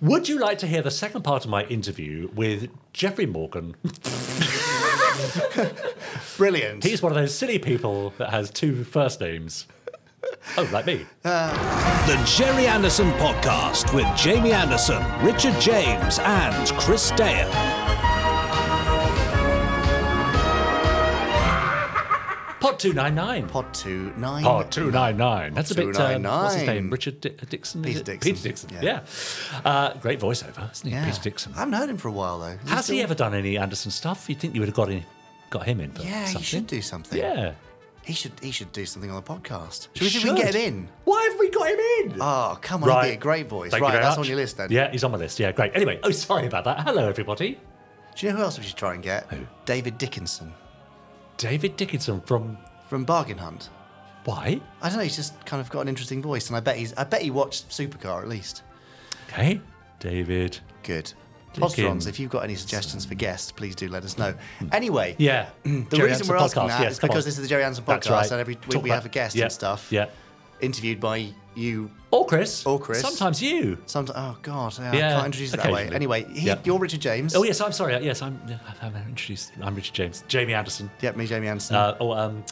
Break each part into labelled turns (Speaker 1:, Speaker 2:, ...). Speaker 1: Would you like to hear the second part of my interview with Jeffrey Morgan?
Speaker 2: Brilliant.
Speaker 1: He's one of those silly people that has two first names. Oh, like me.
Speaker 3: The Jerry Anderson Podcast with Jamie Anderson, Richard James, and Chris Dale.
Speaker 1: Pod 299.
Speaker 2: Pod two nine.
Speaker 1: Pod 299. That's a bit. Um, what's his
Speaker 2: 299.
Speaker 1: name? Richard Di- uh, Dixon? is
Speaker 2: Peter
Speaker 1: it?
Speaker 2: Dixon.
Speaker 1: Peter Dixon, yeah.
Speaker 2: Yeah.
Speaker 1: Uh, great voiceover, isn't he?
Speaker 2: Yeah.
Speaker 1: Peter Dixon.
Speaker 2: I haven't heard him for a while though. Is
Speaker 1: Has he
Speaker 2: still-
Speaker 1: ever done any Anderson stuff? You'd think you would have got, in, got him in for
Speaker 2: Yeah,
Speaker 1: something.
Speaker 2: he should do something.
Speaker 1: Yeah.
Speaker 2: He should. He should do something on the podcast. Should we see if we can get
Speaker 1: Should.
Speaker 2: him in?
Speaker 1: Why have we got him in?
Speaker 2: Oh, come on,
Speaker 1: Right.
Speaker 2: he'd be a great voice.
Speaker 1: Thank you
Speaker 2: right,
Speaker 1: very
Speaker 2: that's
Speaker 1: much.
Speaker 2: on your list then.
Speaker 1: Yeah, he's on my list. Yeah, great. Anyway, oh, sorry about that. Hello, everybody.
Speaker 2: Do you know who else we should try and get?
Speaker 1: Who?
Speaker 2: David Dickinson
Speaker 1: David Dickinson from.
Speaker 2: from Bargain Hunt.
Speaker 1: Why?
Speaker 2: I don't know. He's just kind of got an interesting voice, and I bet he's. I bet he watched Supercar at least.
Speaker 1: Okay. David.
Speaker 2: Good. Podstrons,
Speaker 1: Dickinson.
Speaker 2: if you've got any suggestions for guests, please do let us know. Anyway,
Speaker 1: Hmm. Yeah.
Speaker 2: the
Speaker 1: Jerry
Speaker 2: reason
Speaker 1: Anderson
Speaker 2: we're asking
Speaker 1: podcast.
Speaker 2: that is
Speaker 1: Yes, come
Speaker 2: because
Speaker 1: on.
Speaker 2: this is the Jerry Anderson podcast,
Speaker 1: That's right.
Speaker 2: and every week
Speaker 1: Talk
Speaker 2: we
Speaker 1: about-
Speaker 2: have a guest
Speaker 1: yeah,
Speaker 2: and stuff
Speaker 1: Yeah.
Speaker 2: interviewed by you.
Speaker 1: Or Chris.
Speaker 2: Or Chris.
Speaker 1: Sometimes you.
Speaker 2: Sometimes, oh god, yeah, I
Speaker 1: Yeah,
Speaker 2: can't introduce it that way.
Speaker 1: occasionally.
Speaker 2: Anyway, he,
Speaker 1: Yeah.
Speaker 2: you're Richard James.
Speaker 1: Oh yes, I'm sorry. Yes, I'm. I'm introduced. I'm Richard James. Jamie Anderson.
Speaker 2: Yep, me, Jamie Anderson.
Speaker 1: Uh, oh, um,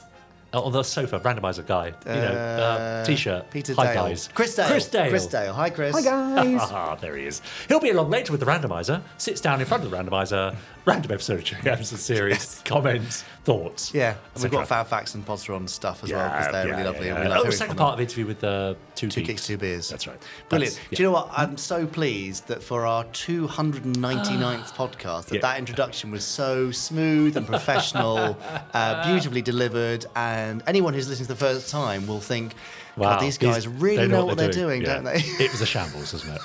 Speaker 1: on the sofa, randomizer guy. You know, uh,
Speaker 2: Uh,
Speaker 1: t-shirt.
Speaker 2: Peter
Speaker 1: Hi
Speaker 2: Dale.
Speaker 1: guys.
Speaker 2: Chris Dale.
Speaker 1: Chris Dale.
Speaker 2: Chris Dale. Hi, Chris. Hi,
Speaker 1: Ah, there he is. He'll be along later with the randomizer, sits down in front of the randomizer, random episode of Jerry Anderson series, comments, thoughts.
Speaker 2: Yeah,
Speaker 1: et
Speaker 2: and we've got
Speaker 1: cetera.
Speaker 2: Fab Facts and Podstron stuff as well because they're
Speaker 1: yeah,
Speaker 2: really
Speaker 1: yeah,
Speaker 2: lovely.
Speaker 1: yeah.
Speaker 2: And we like
Speaker 1: oh,
Speaker 2: hearing
Speaker 1: second
Speaker 2: from them.
Speaker 1: part of interview with the two,
Speaker 2: Two Geeks, Two Beers.
Speaker 1: That's right.
Speaker 2: Brilliant.
Speaker 1: That's-
Speaker 2: Do you
Speaker 1: yeah.
Speaker 2: know what? I'm so pleased that for our 299th podcast, that
Speaker 1: Yeah.
Speaker 2: that introduction was so smooth and professional, uh, beautifully delivered, and anyone who's listening to the first time will think,
Speaker 1: Wow,
Speaker 2: God, these
Speaker 1: these-
Speaker 2: guys really
Speaker 1: they
Speaker 2: know what they're doing,
Speaker 1: yeah.
Speaker 2: don't they?
Speaker 1: it was a shambles, wasn't it?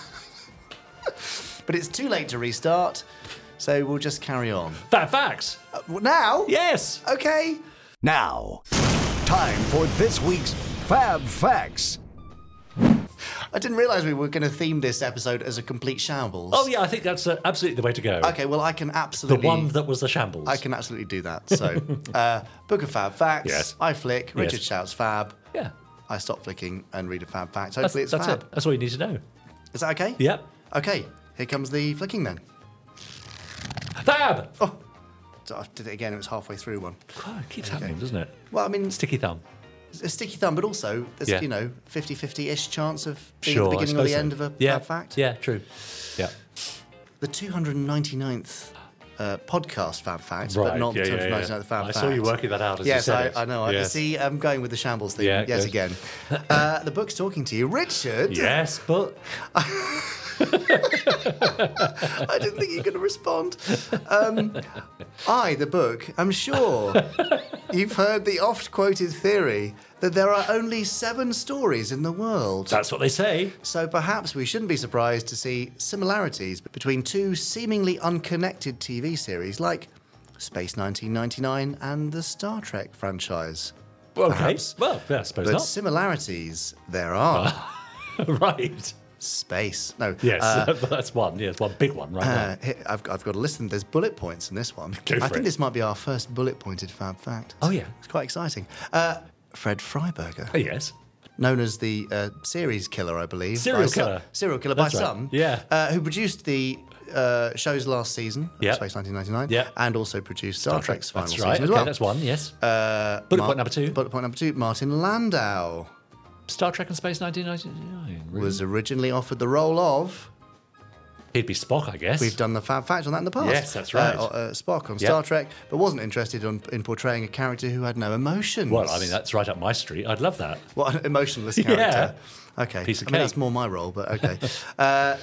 Speaker 2: but it's too late to restart, so we'll just carry on.
Speaker 1: Fat facts.
Speaker 2: Uh, now?
Speaker 1: Yes.
Speaker 2: Okay.
Speaker 4: Now, time for this week's Fab Facts.
Speaker 2: I didn't realise we were going to theme this episode as a complete shambles.
Speaker 1: Oh yeah, I think that's uh, absolutely the way to go.
Speaker 2: Okay, well, I can
Speaker 1: The
Speaker 2: absolutely.
Speaker 1: one that was the shambles.
Speaker 2: I can absolutely do that. So, uh, book of fab facts.
Speaker 1: Yes.
Speaker 2: I flick. Richard
Speaker 1: Yes.
Speaker 2: shouts fab.
Speaker 1: Yeah.
Speaker 2: I stop flicking and read a fab fact.
Speaker 1: That's,
Speaker 2: Hopefully,
Speaker 1: that's
Speaker 2: it's fab.
Speaker 1: it. That's all you need to know.
Speaker 2: Is that okay?
Speaker 1: Yep.
Speaker 2: Okay. Here comes the flicking then.
Speaker 1: Fab. Oh,
Speaker 2: So I did it again. It was halfway through one.
Speaker 1: God, it keeps happening, doesn't it?
Speaker 2: Well, I mean, it's
Speaker 1: Sticky thumb.
Speaker 2: a sticky thumb, but also there's
Speaker 1: Yeah.
Speaker 2: you know 50-50 ish chance of being
Speaker 1: Sure. I
Speaker 2: the beginning or
Speaker 1: suppose
Speaker 2: the
Speaker 1: so.
Speaker 2: end of a
Speaker 1: yeah.
Speaker 2: fab fact.
Speaker 1: Yeah. True. Yeah.
Speaker 2: The 299th uh, podcast fab fact, but not the 299th fab
Speaker 1: I
Speaker 2: fact.
Speaker 1: saw you working that out as
Speaker 2: Yes,
Speaker 1: you said
Speaker 2: I,
Speaker 1: it.
Speaker 2: I know. I
Speaker 1: Yes.
Speaker 2: see. I'm going with the shambles thing
Speaker 1: Yeah,
Speaker 2: yet
Speaker 1: good.
Speaker 2: again. Uh, the book's talking to you, Richard.
Speaker 1: Yes, but
Speaker 2: I didn't think you were going to respond. Um, I, the book, I'm sure you've heard the oft quoted theory that there are only seven stories in the world.
Speaker 1: that's what they say.
Speaker 2: So perhaps we shouldn't be surprised to see similarities between two seemingly unconnected TV series like Space 1999 and the Star Trek franchise.
Speaker 1: Okay.
Speaker 2: Perhaps.
Speaker 1: Well, yeah, I suppose
Speaker 2: But similarities there are.
Speaker 1: not. right.
Speaker 2: Space. No.
Speaker 1: Yes,
Speaker 2: uh,
Speaker 1: that's one. Yes, one big one right now.
Speaker 2: Uh, here- I've, I've got to listen. There's bullet points in this one.
Speaker 1: Go
Speaker 2: I
Speaker 1: for
Speaker 2: think
Speaker 1: it.
Speaker 2: this might be our first bullet pointed fab fact.
Speaker 1: Oh, yeah.
Speaker 2: It's quite exciting. Uh, Fred Freiberger,
Speaker 1: Oh, yes.
Speaker 2: known as the uh, series killer, I believe.
Speaker 1: Serial
Speaker 2: by some-
Speaker 1: killer.
Speaker 2: serial killer
Speaker 1: That's
Speaker 2: by
Speaker 1: right.
Speaker 2: some.
Speaker 1: Yeah.
Speaker 2: Uh, who produced the uh, show's last season, uh,
Speaker 1: Yeah.
Speaker 2: Space 1999,
Speaker 1: Yeah.
Speaker 2: and also produced Star, Trek's final
Speaker 1: That's
Speaker 2: season
Speaker 1: right.
Speaker 2: as
Speaker 1: Okay,
Speaker 2: well.
Speaker 1: that's one. Yes. Bullet
Speaker 2: Mar-
Speaker 1: point number two.
Speaker 2: Bullet point number two Martin Landau
Speaker 1: Star Trek and Space 1999. Really?
Speaker 2: was originally offered the role of.
Speaker 1: He'd be Spock, I guess.
Speaker 2: We've done the fab fact on that in the past.
Speaker 1: Yes, that's right.
Speaker 2: Uh, uh, Spock on Star Trek, but wasn't interested on, in portraying a character who had no emotions.
Speaker 1: Well, I mean, that's right up my street. I'd love that.
Speaker 2: what an emotionless character. Okay,
Speaker 1: Piece of
Speaker 2: I mean,
Speaker 1: cake.
Speaker 2: that's more my role, but okay. uh,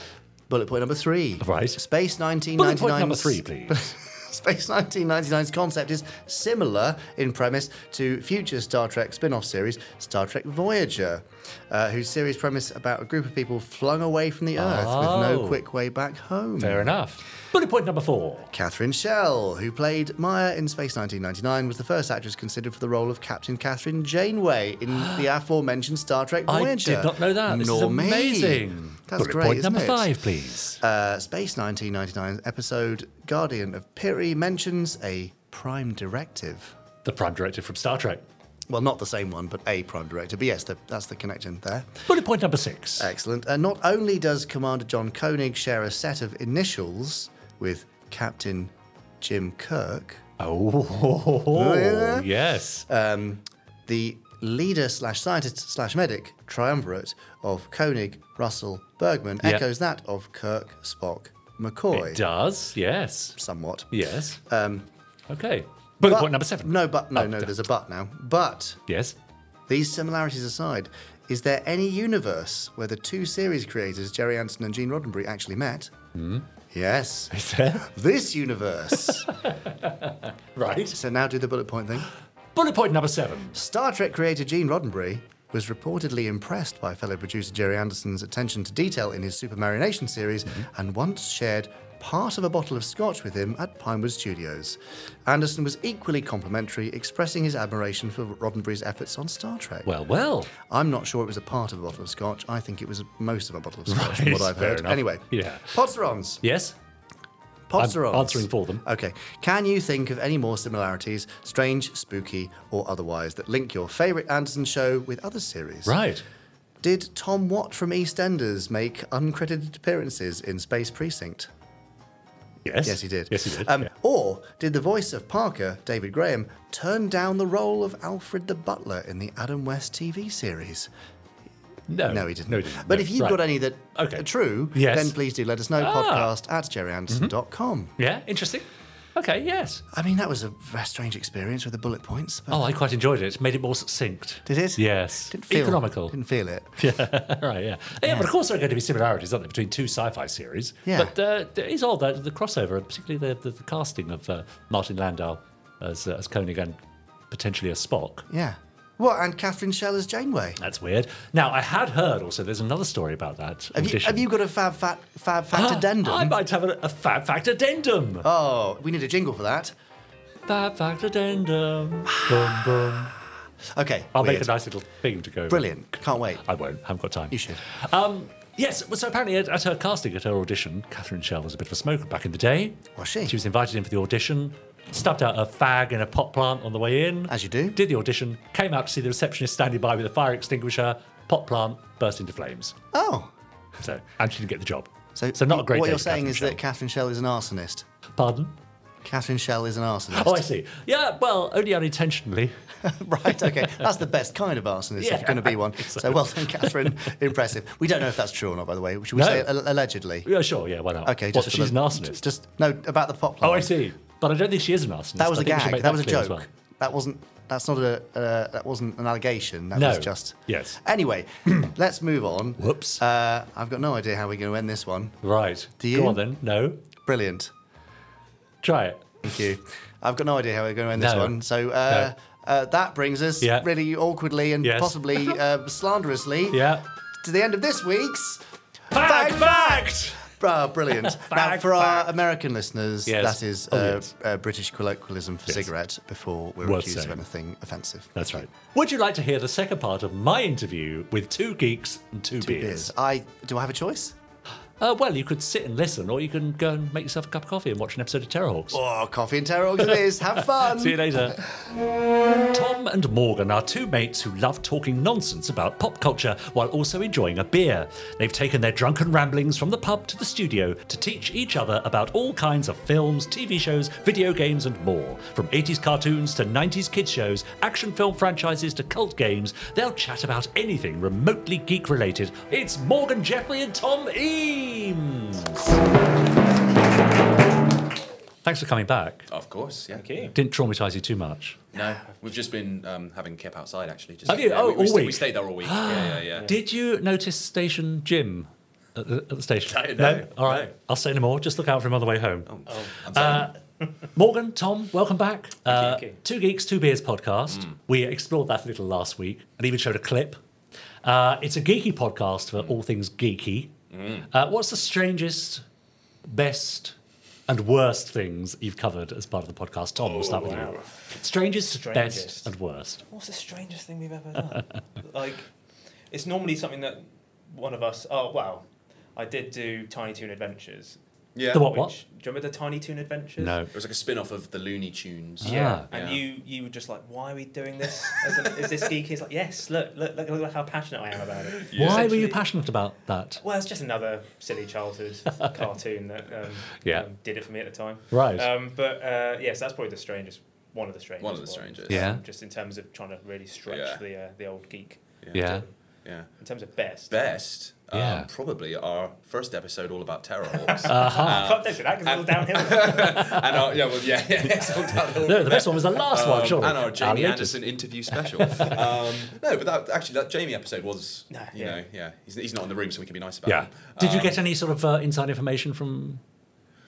Speaker 2: bullet point number three.
Speaker 1: Right.
Speaker 2: Space
Speaker 1: Bullet
Speaker 2: 1999.
Speaker 1: point number three, please.
Speaker 2: Space 1999's concept is similar in premise to future Star Trek spin off series Star Trek Voyager, uh, whose series premise about a group of people flung away from the Earth with
Speaker 1: Oh.
Speaker 2: no quick way back home.
Speaker 1: Fair enough. Bullet point number four.
Speaker 2: Catherine Shell, who played Maya in Space 1999, was the first actress considered for the role of Captain Catherine Janeway in the aforementioned Star Trek
Speaker 1: I
Speaker 2: Voyager.
Speaker 1: did not know that. This is
Speaker 2: Nor me.
Speaker 1: amazing.
Speaker 2: That's
Speaker 1: Bullet
Speaker 2: great,
Speaker 1: point
Speaker 2: isn't
Speaker 1: number
Speaker 2: it?
Speaker 1: five, please.
Speaker 2: Uh, Space 1999 episode Guardian of Piri mentions a prime directive.
Speaker 1: the Prime Directive from Star Trek.
Speaker 2: Well, not the same one, but a prime director. But yes, the, that's the connection there.
Speaker 1: Bullet point number six.
Speaker 2: Excellent. And not only does Commander John Koenig share a set of initials with Captain Jim Kirk,
Speaker 1: Oh, yes.
Speaker 2: the leader slash scientist slash medic triumvirate of Koenig, Russell, Bergman
Speaker 1: Yeah.
Speaker 2: echoes that of Kirk, Spock,
Speaker 1: It
Speaker 2: McCoy.
Speaker 1: does. Yes.
Speaker 2: Somewhat.
Speaker 1: Yes. Um, okay. Bullet
Speaker 2: But-
Speaker 1: point number seven.
Speaker 2: No, but no,
Speaker 1: Oh,
Speaker 2: no.
Speaker 1: duh.
Speaker 2: There's a but now. But
Speaker 1: Yes.
Speaker 2: These similarities aside, is there any universe where the two series creators, Jerry Anderson and Gene Roddenberry, actually met?
Speaker 1: Hmm?
Speaker 2: Yes.
Speaker 1: Is there?
Speaker 2: This universe.
Speaker 1: Right.
Speaker 2: so now do the bullet point thing.
Speaker 1: Bullet point number seven.
Speaker 2: Star Trek creator Gene Roddenberry was reportedly impressed by fellow producer Jerry Anderson's attention to detail in his Supermarination series
Speaker 1: Mm-hmm.
Speaker 2: and once shared part of a bottle of scotch with him at Pinewood Studios. Anderson was equally complimentary, expressing his admiration for Roddenberry's efforts on Star Trek.
Speaker 1: Well, well.
Speaker 2: I'm not sure it was a part of a bottle of scotch. I think it was most of a bottle of scotch, from what
Speaker 1: Right,
Speaker 2: I've
Speaker 1: fair
Speaker 2: heard.
Speaker 1: enough.
Speaker 2: Anyway,
Speaker 1: Yeah.
Speaker 2: Podsterons.
Speaker 1: Yes.
Speaker 2: Podsterons.
Speaker 1: I'm answering for them.
Speaker 2: Okay. Can you think of any more similarities, strange, spooky, or otherwise, that link your favourite Anderson show with other series?
Speaker 1: Right.
Speaker 2: Did Tom Watt from EastEnders make uncredited appearances in Space Precinct?
Speaker 1: Yes.
Speaker 2: Yes, he did.
Speaker 1: Yes, he did.
Speaker 2: Um,
Speaker 1: yeah.
Speaker 2: Or did the voice of Parker, David Graham, turn down the role of Alfred the Butler in the Adam West TV series?
Speaker 1: no.
Speaker 2: No, he didn't.
Speaker 1: No, he didn't.
Speaker 2: But
Speaker 1: No.
Speaker 2: if you've
Speaker 1: Right.
Speaker 2: got any that
Speaker 1: Okay.
Speaker 2: are true,
Speaker 1: Yes. Ah.
Speaker 2: then please do let us know. Podcast at jerryanderson.com.
Speaker 1: Yeah, interesting. Okay, yes.
Speaker 2: I mean, that was a very strange experience with the bullet points. But
Speaker 1: Oh, I quite enjoyed it. It made it more succinct.
Speaker 2: Did it?
Speaker 1: Yes.
Speaker 2: Didn't feel,
Speaker 1: Economical.
Speaker 2: Didn't feel it.
Speaker 1: right, yeah. yeah. but of course there are going to be similarities, aren't there, between two sci-fi series.
Speaker 2: Yeah.
Speaker 1: But uh, there is all that, the crossover, and particularly the, the, the casting of uh, Martin Landau as, uh, as Koenig and potentially as Spock.
Speaker 2: Yeah. What? And Catherine Shell as Janeway.
Speaker 1: That's weird. Now, I had heard also, there's another story about that
Speaker 2: Have you,
Speaker 1: audition.
Speaker 2: have you got a fab fat fab fact addendum?
Speaker 1: I might have a, a Fab Fact addendum.
Speaker 2: Oh, we need a jingle for that.
Speaker 1: Fab Fact addendum. Boom, boom.
Speaker 2: Okay.
Speaker 1: I'll
Speaker 2: weird.
Speaker 1: make a nice little thing to go. with.
Speaker 2: Brilliant. Can't wait.
Speaker 1: I won't. haven't got time.
Speaker 2: You should.
Speaker 1: Um, yes, well, so apparently at, at her casting, at her audition, Catherine Shell was a bit of a smoker back in the day.
Speaker 2: Was she?
Speaker 1: She was invited in for the audition, stuffed out a fag in a pot plant on the way in.
Speaker 2: As you do.
Speaker 1: Did the audition, came out to see the receptionist standing by with a fire extinguisher, pot plant burst into flames.
Speaker 2: Oh.
Speaker 1: So, and she didn't get the job.
Speaker 2: So,
Speaker 1: so not a great
Speaker 2: What
Speaker 1: day
Speaker 2: you're
Speaker 1: for
Speaker 2: saying
Speaker 1: Catherine
Speaker 2: is that Catherine Shell is an arsonist.
Speaker 1: Shell. Pardon?
Speaker 2: Catherine Shell is an arsonist.
Speaker 1: Oh, I see. Yeah, well, only unintentionally.
Speaker 2: Right, okay. That's the best kind of arsonist if
Speaker 1: Yeah,
Speaker 2: you're going to be one. So well done, Catherine. Impressive. We don't know if that's true or not, by the way. Should we
Speaker 1: No.
Speaker 2: say al- allegedly?
Speaker 1: Yeah, sure, yeah, why not?
Speaker 2: Okay,
Speaker 1: What,
Speaker 2: just for
Speaker 1: she's
Speaker 2: the-
Speaker 1: an arsonist.
Speaker 2: Just no about the pop.
Speaker 1: oh, I see. But I don't think she is an arsonist.
Speaker 2: That was
Speaker 1: a
Speaker 2: a gag. That, was a joke.
Speaker 1: As well.
Speaker 2: That wasn't. That's not a. Uh, that wasn't an allegation. That
Speaker 1: No.
Speaker 2: was just.
Speaker 1: Yes.
Speaker 2: Anyway, let's move on.
Speaker 1: Whoops.
Speaker 2: Uh, I've got no idea how we're going to end this one.
Speaker 1: Right.
Speaker 2: Do
Speaker 1: Go
Speaker 2: you?
Speaker 1: on then. No.
Speaker 2: Brilliant.
Speaker 1: Try it.
Speaker 2: Thank you. I've got no idea how we're going to end this
Speaker 1: No.
Speaker 2: one. So uh, uh, that brings us
Speaker 1: Yeah.
Speaker 2: really awkwardly and
Speaker 1: Yes.
Speaker 2: possibly uh, slanderously
Speaker 1: Yeah.
Speaker 2: to the end of this week's
Speaker 1: Fact, fact!
Speaker 2: Ah, brilliant. now,
Speaker 1: Fact,
Speaker 2: for our
Speaker 1: fact.
Speaker 2: American listeners,
Speaker 1: Yes.
Speaker 2: that is
Speaker 1: Oh,
Speaker 2: uh,
Speaker 1: yes.
Speaker 2: uh, British colloquialism for
Speaker 1: Yes.
Speaker 2: cigarette before we're
Speaker 1: Worth
Speaker 2: accused
Speaker 1: saying.
Speaker 2: of anything offensive.
Speaker 1: That's right. Would you like to hear the second part of my interview with two geeks and two,
Speaker 2: Two
Speaker 1: beers?
Speaker 2: beers. I do I have a choice?
Speaker 1: Uh, well, you could sit and listen, or you can go and make yourself a cup of coffee and watch an episode of Terrorhawks.
Speaker 2: Oh, coffee and terror it is. Have fun.
Speaker 1: See you later. Tom and Morgan are two mates who love talking nonsense about pop culture while also enjoying a beer. They've taken their drunken ramblings from the pub to the studio to teach each other about all kinds of films, TV shows, video games, and more. From 80s cartoons to 90s kids shows, action film franchises to cult games, they'll chat about anything remotely geek related. It's Morgan Jeffrey and Tom Eames! Thanks for coming back.
Speaker 5: Of course, yeah. Okay.
Speaker 1: Didn't traumatise you too much.
Speaker 5: No, we've just been um, having kip outside actually. Just,
Speaker 1: Have you?
Speaker 5: yeah,
Speaker 1: Oh,
Speaker 5: we, we
Speaker 1: all
Speaker 5: stayed- we
Speaker 1: week?
Speaker 5: stayed there all week. yeah, yeah, yeah.
Speaker 1: Did you notice station Jim at the, at the station?
Speaker 5: No, no,
Speaker 1: All right.
Speaker 5: no.
Speaker 1: I'll say no more. Just look out for him on the way home.
Speaker 6: Oh.
Speaker 1: Uh,
Speaker 5: I'm sorry.
Speaker 1: Morgan, Tom, welcome back. Uh,
Speaker 6: you. Mm.
Speaker 1: Two Geeks, Two Beers podcast. We explored that a little last week and even showed a clip. Uh, it's a geeky podcast for all things geeky.
Speaker 6: Mm.
Speaker 1: Uh, what's the strangest, best, and worst things you've covered as part of the podcast? Tom, we'll start with you. Strangest, best,
Speaker 6: Oh, Strangest.
Speaker 1: and worst.
Speaker 6: What's the strangest thing we've ever done? like, it's normally something that one of us. Oh wow, I did do Tiny Toon Adventures,
Speaker 5: Yeah.
Speaker 1: The what? What?
Speaker 6: Which, do you remember the Tiny Toon Adventures?
Speaker 1: No. Ah.
Speaker 5: It was like a spin off of the Looney Tunes.
Speaker 1: Yeah.
Speaker 6: And
Speaker 5: Yeah.
Speaker 6: you you were just like, why are we doing this? As an, is this geeky? It's like, yes, look, look, look, look how passionate I am about it.
Speaker 1: Why were you
Speaker 6: Essentially-
Speaker 1: passionate about that?
Speaker 6: Well, it's just another silly childhood cartoon that um,
Speaker 1: Yeah.
Speaker 6: um, did it for me at the time.
Speaker 1: Right.
Speaker 6: Um, but uh, yes, that's probably the strangest, one of the strangest.
Speaker 5: One of the
Speaker 6: ones.
Speaker 5: strangest.
Speaker 1: Yeah.
Speaker 6: Just in terms of trying to really stretch
Speaker 5: Yeah.
Speaker 6: the uh, the old geek.
Speaker 1: Yeah.
Speaker 5: Yeah.
Speaker 6: In terms of best.
Speaker 5: Best. Um,
Speaker 1: Yeah. Uh.
Speaker 5: Probably our first episode all about terror hawks.
Speaker 6: I can't think of Ah, that 'cause it's all downhill.
Speaker 5: and our, yeah, well, yeah, yeah, it's all
Speaker 1: No,
Speaker 5: downhill from
Speaker 1: the
Speaker 5: there.
Speaker 1: best one was the last one,
Speaker 5: Um,
Speaker 1: surely.
Speaker 5: and our Jamie
Speaker 1: latest.
Speaker 5: Anderson interview special. um, no, but that actually that Jamie episode was,
Speaker 6: No,
Speaker 5: you
Speaker 6: yeah.
Speaker 5: know, yeah, he's, he's not in the room, so we can be nice about
Speaker 1: Yeah.
Speaker 5: him.
Speaker 1: Did you get
Speaker 5: Um,
Speaker 1: any sort of uh, inside information from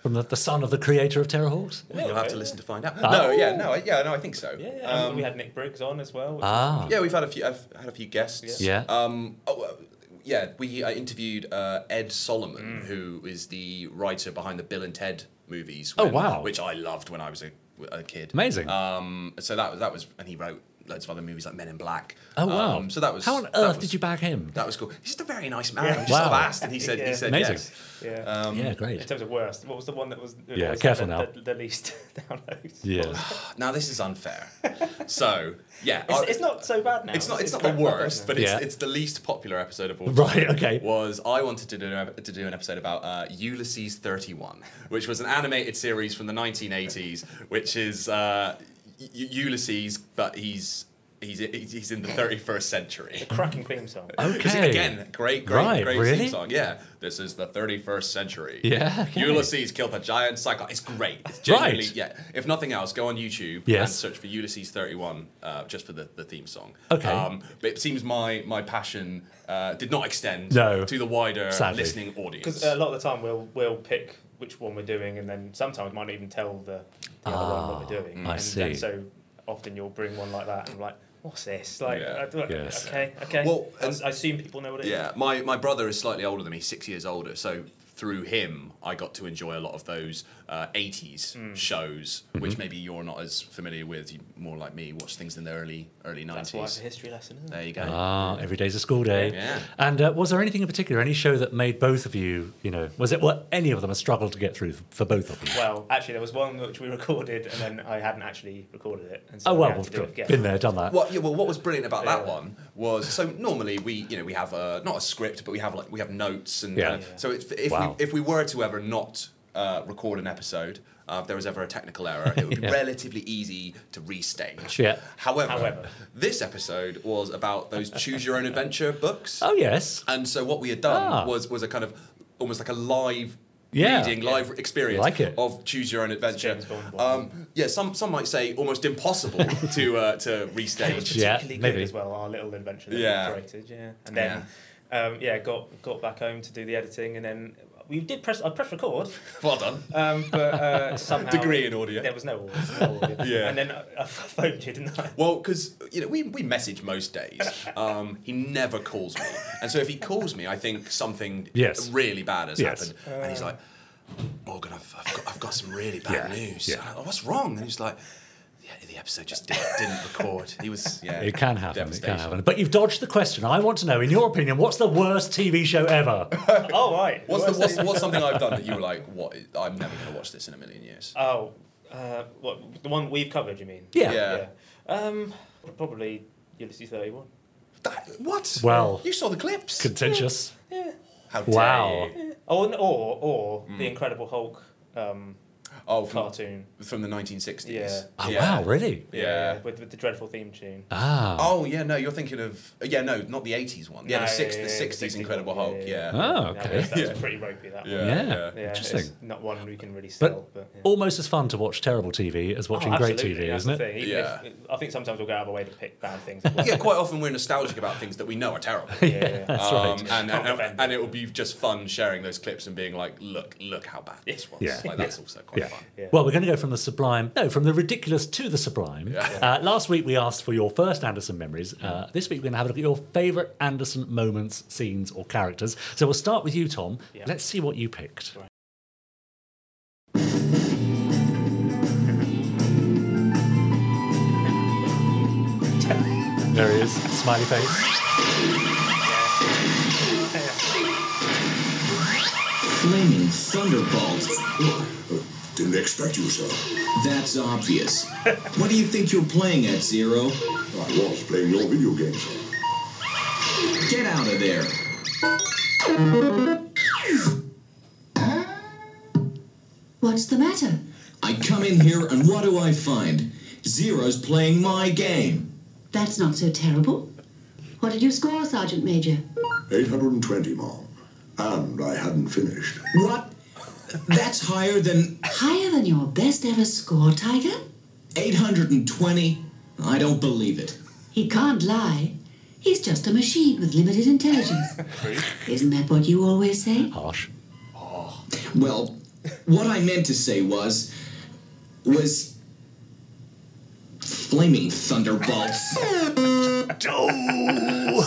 Speaker 1: from the, the son of the creator of Terrorhawks?
Speaker 5: Well, you'll have to listen to find
Speaker 1: Oh.
Speaker 5: out. No, yeah, no, I- yeah, no, I think so.
Speaker 6: yeah, yeah.
Speaker 5: Um,
Speaker 6: we had Nick Briggs on as well. which-
Speaker 1: Ah.
Speaker 5: yeah, we've had a few. I've had a few guests.
Speaker 1: Yeah.
Speaker 5: Um, oh, uh, yeah, we uh, interviewed uh, Ed Solomon,
Speaker 1: Mm.
Speaker 5: who is the writer behind the Bill and Ted movies.
Speaker 1: Oh,
Speaker 5: when-
Speaker 1: wow.
Speaker 5: Which I loved when I was a, a kid.
Speaker 1: Amazing. Oh,
Speaker 5: Um, so that was that was, and he wrote loads of other movies like Men in Black.
Speaker 1: oh wow.
Speaker 5: Um, so that was.
Speaker 1: How on
Speaker 5: that
Speaker 1: earth
Speaker 5: was-
Speaker 1: did you bag him?
Speaker 5: That was cool. He's just a very nice man. I just
Speaker 1: Wow.
Speaker 5: sort of asked, and he said he
Speaker 6: Yeah.
Speaker 5: said
Speaker 1: Amazing.
Speaker 5: yes.
Speaker 6: yeah.
Speaker 5: Um,
Speaker 1: yeah,
Speaker 6: in
Speaker 1: great.
Speaker 6: terms of worst, what was the one that was? that
Speaker 1: Yeah,
Speaker 6: was
Speaker 1: careful
Speaker 6: the,
Speaker 1: now.
Speaker 6: The, the least downloads.
Speaker 1: Yeah.
Speaker 5: Now this is unfair. so yeah,
Speaker 6: It's,
Speaker 5: I-
Speaker 6: it's not so bad now.
Speaker 5: It's not. It's not the worst, but it's
Speaker 1: Yeah.
Speaker 5: it's the least popular episode of all.
Speaker 1: Right,
Speaker 5: time.
Speaker 1: okay.
Speaker 5: Was I wanted to do an ep- to do an episode about uh, Ulysses Thirty One, which was an animated series from the nineteen eighties, which is uh, U- Ulysses, but he's. He's, he's in the 31st century.
Speaker 6: cracking theme song.
Speaker 5: Which,
Speaker 1: Okay.
Speaker 5: Again, great, great,
Speaker 1: Right,
Speaker 5: great
Speaker 1: really?
Speaker 5: theme song. Yeah. This is the 31st century.
Speaker 1: Yeah, okay.
Speaker 5: Ulysses killed the giant cyclops. It's great. It's genuinely,
Speaker 1: Right.
Speaker 5: yeah. If nothing else, go on YouTube and
Speaker 1: Yes.
Speaker 5: search for Ulysses 31 uh, just for the, the theme song. Um,
Speaker 1: Okay.
Speaker 5: but it seems my my passion uh, did not extend
Speaker 1: No.
Speaker 5: to the wider
Speaker 1: Sadly.
Speaker 5: listening audience.
Speaker 6: Because uh, a lot of the time we'll we'll pick which one we're doing, and then sometimes might not even tell the, the other one what we're doing.
Speaker 1: Ah, I
Speaker 6: and,
Speaker 1: see.
Speaker 6: And so often you'll bring one like that, and I'm like, what's this? Like,
Speaker 5: Yeah.
Speaker 6: I do it-
Speaker 1: Yes.
Speaker 6: okay, okay.
Speaker 5: Well,
Speaker 6: I,
Speaker 5: and-
Speaker 6: I assume people know what it is.
Speaker 5: Yeah, my, my brother is slightly older than me, six years older. So through him, I got to enjoy a lot of those uh, 80s
Speaker 6: Hmm.
Speaker 5: shows,
Speaker 1: Mm-hmm.
Speaker 5: which maybe you're not as familiar with. You more like me, watch things in the early early 90s.
Speaker 6: That's why it's a history lesson. Isn't it?
Speaker 5: There you go.
Speaker 1: Ah, every day's a school day.
Speaker 5: Yeah.
Speaker 1: And uh, was there anything in particular, any show that made both of you, you know, was it well, any of them a struggle to get through for both of you?
Speaker 6: Well, actually, there was one which we recorded, and then I hadn't actually recorded it. And so
Speaker 1: Oh
Speaker 6: we
Speaker 1: well,
Speaker 6: had to
Speaker 1: we've
Speaker 6: do it again.
Speaker 1: been there, done that.
Speaker 5: Well, yeah, well, what was brilliant about that
Speaker 6: Yeah.
Speaker 5: one was so normally we, you know, we have a, not a script, but we have like we have notes and
Speaker 1: Yeah.
Speaker 5: kind of- so if if,
Speaker 1: Wow.
Speaker 5: we, if we were to ever not uh, record an episode, uh, if there was ever a technical error, it would be relatively easy to restage.
Speaker 1: Yeah.
Speaker 5: However,
Speaker 6: However.
Speaker 5: this episode was about those choose your own adventure books.
Speaker 1: Oh yes.
Speaker 5: And so what we had done
Speaker 1: Ah.
Speaker 5: was was a kind of almost like a live
Speaker 1: Yeah.
Speaker 5: reading, live experience
Speaker 1: Like it.
Speaker 5: of choose your own adventure.
Speaker 6: James Bond one.
Speaker 5: Um, yeah, some some might say almost impossible to uh, to
Speaker 6: It was
Speaker 5: restage.
Speaker 1: Yeah,
Speaker 6: particularly
Speaker 1: maybe.
Speaker 6: good as well. Our little adventure that
Speaker 5: Yeah.
Speaker 6: we created, yeah. And then, um, yeah, got got back home to do the editing, and then we did press. I press record,
Speaker 5: Well done.
Speaker 6: um, but uh, somehow
Speaker 5: Degree in audio.
Speaker 6: There was no audio. No audio.
Speaker 5: Yeah.
Speaker 6: And then I, I phoned you, didn't I?
Speaker 5: Well, because you know we, we message most days. Um, he never calls me, and so if he calls me, I think something
Speaker 1: Yes.
Speaker 5: really bad has
Speaker 1: Yes.
Speaker 5: happened. And he's like, Morgan, I've, I've, got, I've got some really bad
Speaker 1: Yeah,
Speaker 5: news.
Speaker 1: yeah.
Speaker 5: And I'm like, What's wrong? And he's like, yeah, the episode just did, didn't record. He was yeah.
Speaker 1: It can happen. It can
Speaker 5: devastation.
Speaker 1: happen. But you've dodged the question. I want to know, in your opinion, what's the worst TV show ever?
Speaker 6: Oh right.
Speaker 5: What's, the,
Speaker 6: Worst
Speaker 5: what's,
Speaker 6: thing-
Speaker 5: what's something I've done that you were like, what? is- I'm never going to watch this in a million years.
Speaker 6: Oh, uh, what the one we've covered? You mean?
Speaker 1: Yeah.
Speaker 5: Yeah.
Speaker 6: Um, probably Ulysses Thirty One.
Speaker 5: That- what?
Speaker 1: Well-
Speaker 5: you saw the clips.
Speaker 1: Contentious.
Speaker 5: How dare
Speaker 1: Wow.
Speaker 5: you.
Speaker 6: Oh, and- or or
Speaker 5: Mm.
Speaker 6: the Incredible Hulk um,
Speaker 5: Oh, from,
Speaker 6: cartoon.
Speaker 5: from the 1960s.
Speaker 6: Yeah.
Speaker 1: Oh
Speaker 5: Yeah.
Speaker 1: wow, really?
Speaker 5: Yeah.
Speaker 6: With, with the dreadful theme tune.
Speaker 1: Ah.
Speaker 5: Oh yeah, no, you're thinking of yeah, no, not the 80s one. Yeah,
Speaker 6: No,
Speaker 5: the, six,
Speaker 6: yeah,
Speaker 5: the
Speaker 6: yeah,
Speaker 5: 60s
Speaker 6: the 60s
Speaker 5: Incredible
Speaker 6: one,
Speaker 5: Hulk.
Speaker 6: yeah,
Speaker 5: Yeah.
Speaker 6: yeah,
Speaker 1: Oh,
Speaker 6: That
Speaker 1: okay.
Speaker 6: was, that was
Speaker 5: Yeah.
Speaker 6: pretty ropey that one.
Speaker 5: Yeah.
Speaker 1: Yeah.
Speaker 6: Yeah,
Speaker 1: Interesting.
Speaker 6: It's not one we can really sell.
Speaker 1: But,
Speaker 6: But, yeah.
Speaker 1: almost as fun to watch terrible TV as watching
Speaker 6: Oh,
Speaker 1: great
Speaker 6: absolutely,
Speaker 1: TV,
Speaker 6: that's
Speaker 1: isn't it?
Speaker 6: the thing. Even
Speaker 5: Yeah.
Speaker 6: if- I think sometimes we'll go out of our way to pick bad things. as well.
Speaker 5: Yeah, quite often we're nostalgic about things that we know are terrible.
Speaker 6: yeah, yeah.
Speaker 1: That's
Speaker 5: Um,
Speaker 1: right.
Speaker 5: and,
Speaker 6: Can't
Speaker 5: and,
Speaker 6: defend
Speaker 5: and, it will be just fun sharing those clips and being like, look, look how bad this was.
Speaker 1: Yeah.
Speaker 5: Like, that's also quite
Speaker 1: Yeah.
Speaker 5: fun.
Speaker 6: Yeah.
Speaker 1: Well, we're going to go from the sublime, no, from the ridiculous to the sublime. Uh, last week we asked for your first Anderson memories.
Speaker 6: Mm.
Speaker 1: Uh, this week we're going to have a look at your favourite Anderson moments, scenes, or characters. So we'll start with you, Tom.
Speaker 6: Yeah.
Speaker 1: Let's see what you picked. There he is, smiley face.
Speaker 6: Yeah.
Speaker 7: flaming thunderbolt.
Speaker 8: Oh, Didn't expect you, sir.
Speaker 7: That's obvious. What do you think you're playing at, Zero?
Speaker 8: I was playing your video game, sir.
Speaker 7: Get out of there.
Speaker 9: What's the matter?
Speaker 7: I come in here and what do I find? Zero's playing my game.
Speaker 9: That's not so terrible. What did you score, Sergeant Major?
Speaker 8: 820, ma'am. And I hadn't finished.
Speaker 7: What? That's higher than
Speaker 9: Higher than your best ever score, Tiger?
Speaker 7: 820? I don't believe it.
Speaker 9: He can't lie. He's just a machine with limited intelligence. Isn't that what you always say?
Speaker 1: Harsh.
Speaker 7: Well, Oh, what I meant to say was. was. flaming thunderbolts.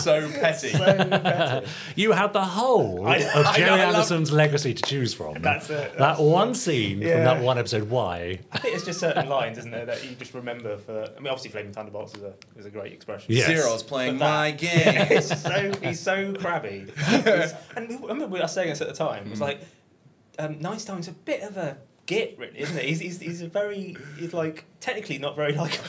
Speaker 5: so petty.
Speaker 1: You had the whole
Speaker 6: I- I
Speaker 1: of
Speaker 6: know,
Speaker 1: Jerry
Speaker 6: I love-
Speaker 1: Anderson's legacy to choose from.
Speaker 6: That's it,
Speaker 1: that one scene from
Speaker 6: Yeah.
Speaker 1: that one episode. Why?
Speaker 6: I think it's just certain lines, isn't there, that you just remember for. I mean, obviously, Flaming Thunderbolts is a, is a great expression.
Speaker 1: Yeah. Yes.
Speaker 5: Zero's playing
Speaker 6: But that-
Speaker 5: my game.
Speaker 6: It's so, he's so crabby. He's- and we, I remember we were saying this at the time.
Speaker 5: Hmm.
Speaker 6: It was like, um, Einstein's a bit of a git, really, isn't he? He's, he's, he's a very. He's like, technically not very likable.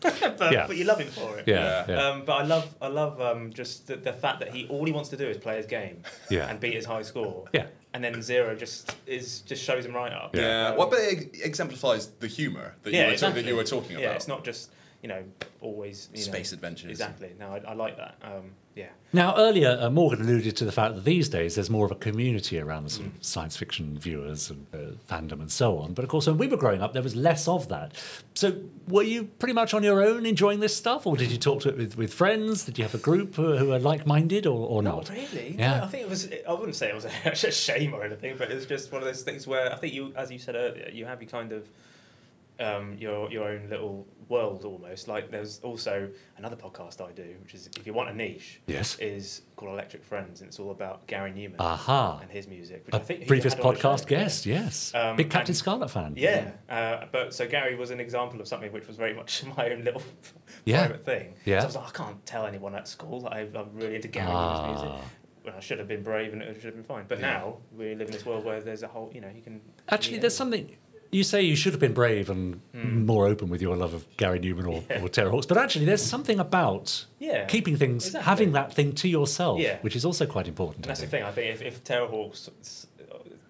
Speaker 6: but,
Speaker 1: Yeah.
Speaker 6: but you love him for it.
Speaker 1: Yeah, yeah.
Speaker 6: Um, but I love, I love um, just the, the fact that he all he wants to do is play his game
Speaker 1: Yeah.
Speaker 6: and beat his high score.
Speaker 1: Yeah.
Speaker 6: And then zero just is just shows him right up. Um,
Speaker 5: Yeah, well, but it exemplifies the humour that, you
Speaker 6: Yeah,
Speaker 5: were ta-
Speaker 6: exactly.
Speaker 5: that you were talking about.
Speaker 6: Yeah, it's not just you know always you know-
Speaker 5: Space adventures.
Speaker 6: Exactly. No, I, I like that. Um, yeah.
Speaker 1: Now, earlier, uh, Morgan alluded to the fact that these days there's more of a community around the sort
Speaker 6: Mm.
Speaker 1: of science fiction viewers and uh, fandom and so on. But of course, when we were growing up, there was less of that. So, were you pretty much on your own enjoying this stuff, or did you talk to it with, with friends? Did you have a group uh, who, who are like minded or, or not?
Speaker 6: Not really. Yeah.
Speaker 1: Yeah.
Speaker 6: I think it was. I wouldn't say it was a, shame or anything, but it was just one of those things where I think you, as you said earlier, you have your kind of um, your your own little world almost. Like there's also another podcast I do, which is if you want a niche,
Speaker 1: Yes.
Speaker 6: is called Electric Friends, and it's all about Gary Newman
Speaker 1: Aha.
Speaker 6: and his music. Which
Speaker 1: A
Speaker 6: I think he
Speaker 1: previous
Speaker 6: had on the
Speaker 1: podcast
Speaker 6: show.
Speaker 1: guest, yes.
Speaker 6: Um,
Speaker 1: Big Captain
Speaker 6: and-
Speaker 1: Scarlet fan.
Speaker 6: Yeah, uh, but so Gary was an example of something which was very much my own little
Speaker 1: Yeah.
Speaker 6: private thing.
Speaker 1: Yeah.
Speaker 6: So I was like, I can't tell anyone at school that I, I'm really into Gary Newman's
Speaker 1: Ah.
Speaker 6: music. Well, I should have been brave and it should have been fine. But now we live in this world where there's a whole, you know, you can.
Speaker 1: Actually,
Speaker 6: meet
Speaker 1: there's
Speaker 6: anyone.
Speaker 1: something. You say you should have been brave and
Speaker 6: Hmm.
Speaker 1: more open with your love of Gary Newman or, or Terra Hawks, but actually, there's something about
Speaker 6: Yeah,
Speaker 1: keeping things,
Speaker 6: exactly.
Speaker 1: having that thing to yourself,
Speaker 6: Yeah.
Speaker 1: which is also quite important. I
Speaker 6: That's the
Speaker 1: think.
Speaker 6: thing. I think if, if Terror Hawks s-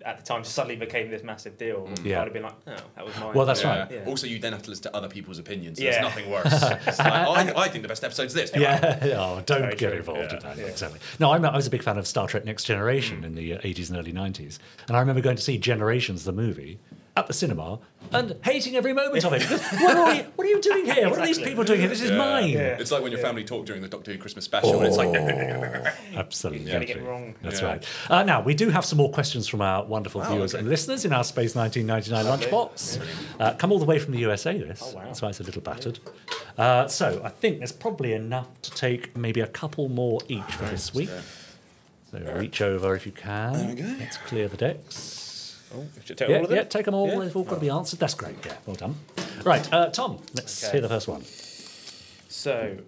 Speaker 6: at the time suddenly became this massive deal,
Speaker 1: Mm. Yeah.
Speaker 6: I'd have been like, oh, that was mine.
Speaker 1: Well, that's
Speaker 5: Yeah.
Speaker 1: right.
Speaker 6: Yeah.
Speaker 5: Also, you then have to listen to other people's opinions. So
Speaker 6: Yeah.
Speaker 5: There's nothing worse. It's like, oh, I, I think the best episode's this.
Speaker 1: Yeah, oh, don't
Speaker 6: Very
Speaker 1: get
Speaker 6: true.
Speaker 1: involved
Speaker 6: Yeah,
Speaker 1: in that.
Speaker 6: yeah. Hmm.
Speaker 1: Exactly. No, I'm, I was a big fan of Star Trek Next Generation in the uh, 80s and early 90s. And I remember going to see Generations, the movie, at the cinema and hating every moment of it. what, are we, what are you doing here? What are these
Speaker 6: Exactly.
Speaker 1: people doing here? This is
Speaker 5: Yeah.
Speaker 1: mine.
Speaker 5: It's like when your family talk during the Doctor Who Christmas special, and it's like,
Speaker 1: Oh. Absolutely.
Speaker 6: You're gonna get it wrong. Oh,
Speaker 1: That's
Speaker 5: Yeah.
Speaker 1: right. Uh, now, we do have some more questions from our wonderful viewers
Speaker 5: okay.
Speaker 1: and listeners in our Space 1999 lunchbox. Uh, come all the way from the USA, this.
Speaker 6: Oh, wow.
Speaker 1: That's why it's a little battered. Uh, so I think there's probably enough to take maybe a couple more each for this week. So reach over if you can. There we go. Let's clear the decks.
Speaker 6: Should take
Speaker 1: yeah,
Speaker 6: all of them?
Speaker 1: yeah, take them all.
Speaker 6: Yeah. Oh.
Speaker 1: They've all got to be answered. That's great. Yeah, well done. Right, uh, Tom, let's
Speaker 6: Okay.
Speaker 1: hear the first one.
Speaker 6: So,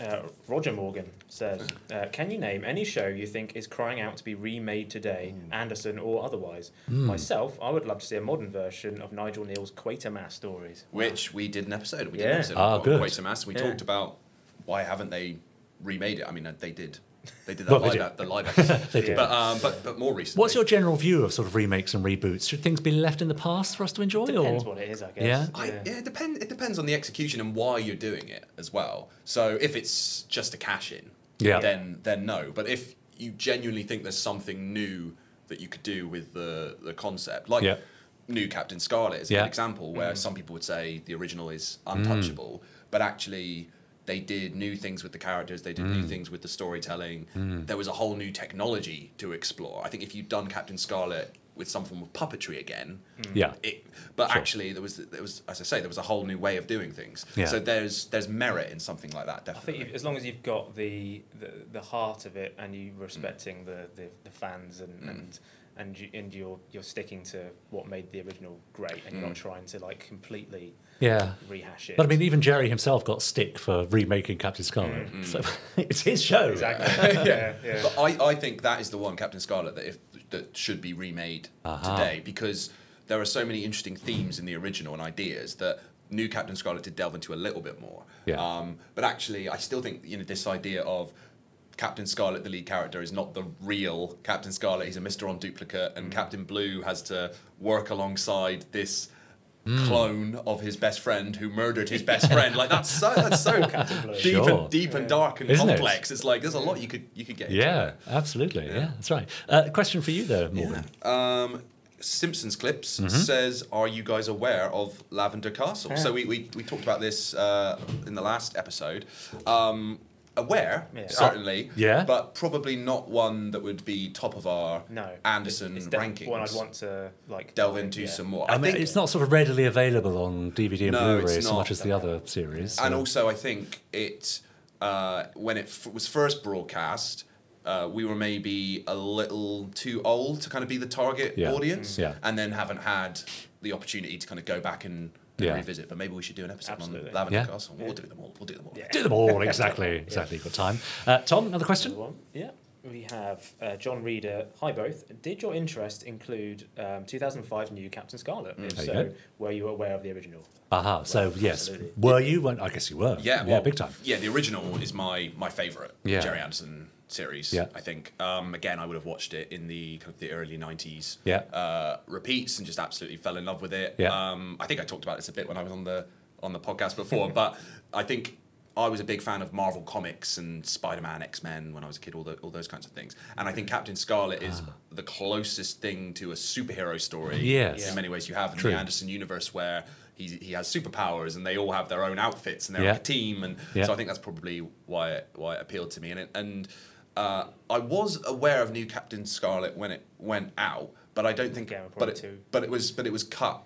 Speaker 6: uh, Roger Morgan says, uh, "Can you name any show you think is crying out to be remade today, Anderson or otherwise?
Speaker 1: Hmm.
Speaker 6: Myself, I would love to see a modern version of Nigel Neal's Quatermass stories.
Speaker 5: which we did an episode. We did
Speaker 6: Yeah.
Speaker 5: an episode
Speaker 1: Ah,
Speaker 5: on
Speaker 1: good.
Speaker 5: Quatermass. We
Speaker 6: Yeah.
Speaker 5: talked about why haven't they remade it? I mean, uh, they did. They did that
Speaker 1: Well, they
Speaker 5: live,
Speaker 1: did.
Speaker 5: ep- the live episode.
Speaker 1: They did.
Speaker 5: But, um, but, but more recently.
Speaker 1: What's your general view of sort of remakes and reboots? Should things be left in the past for us to enjoy?
Speaker 6: Depends
Speaker 1: or?
Speaker 6: what it is, I guess.
Speaker 1: Yeah.
Speaker 5: I, yeah, it, depend, it depends on the execution and why you're doing it as well. So if it's just a cash in,
Speaker 1: Yeah.
Speaker 5: then then no. But if you genuinely think there's something new that you could do with the, the concept, like
Speaker 1: Yeah.
Speaker 5: new Captain Scarlet is
Speaker 1: Yeah. Mm.
Speaker 5: an example where some people would say the original is untouchable, but actually they did new things with the characters, they did
Speaker 1: Mm.
Speaker 5: new things with the storytelling. There was a whole new technology to explore. I think if you'd done Captain Scarlet with some form of puppetry again,
Speaker 1: Yeah.
Speaker 5: it, but actually there was there was as I say there was a whole new way of doing things.
Speaker 1: Yeah.
Speaker 5: So there's there's merit in something like that
Speaker 6: I think
Speaker 5: definitely.
Speaker 6: you, as long as you've got the, the, the heart of it and you respecting the, the, the fans and, and and you, and you're you're sticking to what made the original great and you're not trying to like completely
Speaker 1: Yeah.
Speaker 6: rehash it.
Speaker 1: But I mean, even Jerry himself got stick for remaking Captain Scarlet.
Speaker 5: Mm-hmm.
Speaker 1: So it's his show.
Speaker 6: exactly. yeah, yeah.
Speaker 5: But I, I think that is the one Captain Scarlet that if that should be remade
Speaker 1: Uh-huh.
Speaker 5: today because there are so many interesting themes in the original and ideas that new Captain Scarlet did delve into a little bit more.
Speaker 1: Yeah.
Speaker 5: Um, but actually, I still think you know this idea of Captain Scarlet, the lead character, is not the real Captain Scarlet. He's a Mister on duplicate,
Speaker 1: Mm.
Speaker 5: and Captain Blue has to work alongside this
Speaker 1: Mm.
Speaker 5: clone of his best friend who murdered his best friend. Like that's so that's so deep
Speaker 1: Sure.
Speaker 5: and deep and dark and
Speaker 1: Isn't it?
Speaker 5: complex. It's like there's a lot you could you could get. into
Speaker 1: Yeah, absolutely. Yeah, that's right. Uh, question for you there, Morgan.
Speaker 5: Um, Simpsons clips
Speaker 1: Mm-hmm.
Speaker 5: says, "Are you guys aware of Lavender Castle?" So we, we, we talked about this uh, in the last episode. Um, aware,
Speaker 6: Yeah.
Speaker 5: certainly,
Speaker 1: Yeah.
Speaker 5: but probably not one that would be top of our
Speaker 6: No.
Speaker 5: Anderson
Speaker 6: it's
Speaker 5: rankings.
Speaker 6: definitely One I'd want to like
Speaker 5: delve into
Speaker 6: yeah.
Speaker 5: some more.
Speaker 1: I mean, it's not sort of readily available on DVD and
Speaker 5: No,
Speaker 1: Blu-ray
Speaker 5: it's
Speaker 1: so
Speaker 5: not. Uh,
Speaker 1: much as the other series.
Speaker 5: and
Speaker 1: so-
Speaker 5: also I think it uh, when it f- was first broadcast. Uh, we were maybe a little too old to kind of be the target
Speaker 1: Yeah.
Speaker 5: audience,
Speaker 1: Mm. Yeah.
Speaker 5: and then haven't had the opportunity to kind of go back and, and
Speaker 1: Yeah.
Speaker 5: revisit. But maybe we should do an episode
Speaker 6: Absolutely.
Speaker 5: on Lavender
Speaker 1: Yeah.
Speaker 5: Castle. We'll do them all. We'll do them all.
Speaker 1: do them all exactly. Exactly. Got time. Uh, Tom, another question.
Speaker 6: One. Yeah. We have uh, John Reader. Hi both. Did your interest include um, 2005 new Captain Scarlet?
Speaker 5: Mm.
Speaker 6: If
Speaker 1: There you
Speaker 6: so,
Speaker 1: go.
Speaker 6: were you aware of the original?
Speaker 1: Aha. So yes,
Speaker 6: absolutely.
Speaker 1: were you? Well, I guess you were.
Speaker 5: Yeah,
Speaker 1: yeah,
Speaker 5: well,
Speaker 1: big time.
Speaker 5: Yeah, the original is my my favorite
Speaker 1: Yeah.
Speaker 5: Jerry Anderson series.
Speaker 1: Yeah.
Speaker 5: I think. Um, again, I would have watched it in the kind of the early '90s.
Speaker 1: Yeah.
Speaker 5: Uh, repeats and just absolutely fell in love with it.
Speaker 1: Yeah.
Speaker 5: Um, I think I talked about this a bit when I was on the on the podcast before, but I think. I was a big fan of Marvel comics and Spider-Man, X-Men when I was a kid, all, tho- all those kinds of things. And I think Captain Scarlet is
Speaker 1: Ah.
Speaker 5: the closest thing to a superhero story
Speaker 1: Yes.
Speaker 5: in many ways you have in
Speaker 1: True.
Speaker 5: the Anderson universe where he, he has superpowers and they all have their own outfits and they're
Speaker 1: Yeah.
Speaker 5: like a team and
Speaker 1: Yeah.
Speaker 5: so I think that's probably why it, why it appealed to me and it, and uh, I was aware of New Captain Scarlet when it went out but I don't think
Speaker 6: Yeah,
Speaker 5: but
Speaker 6: probably
Speaker 5: it,
Speaker 6: too.
Speaker 5: but it was but it was cut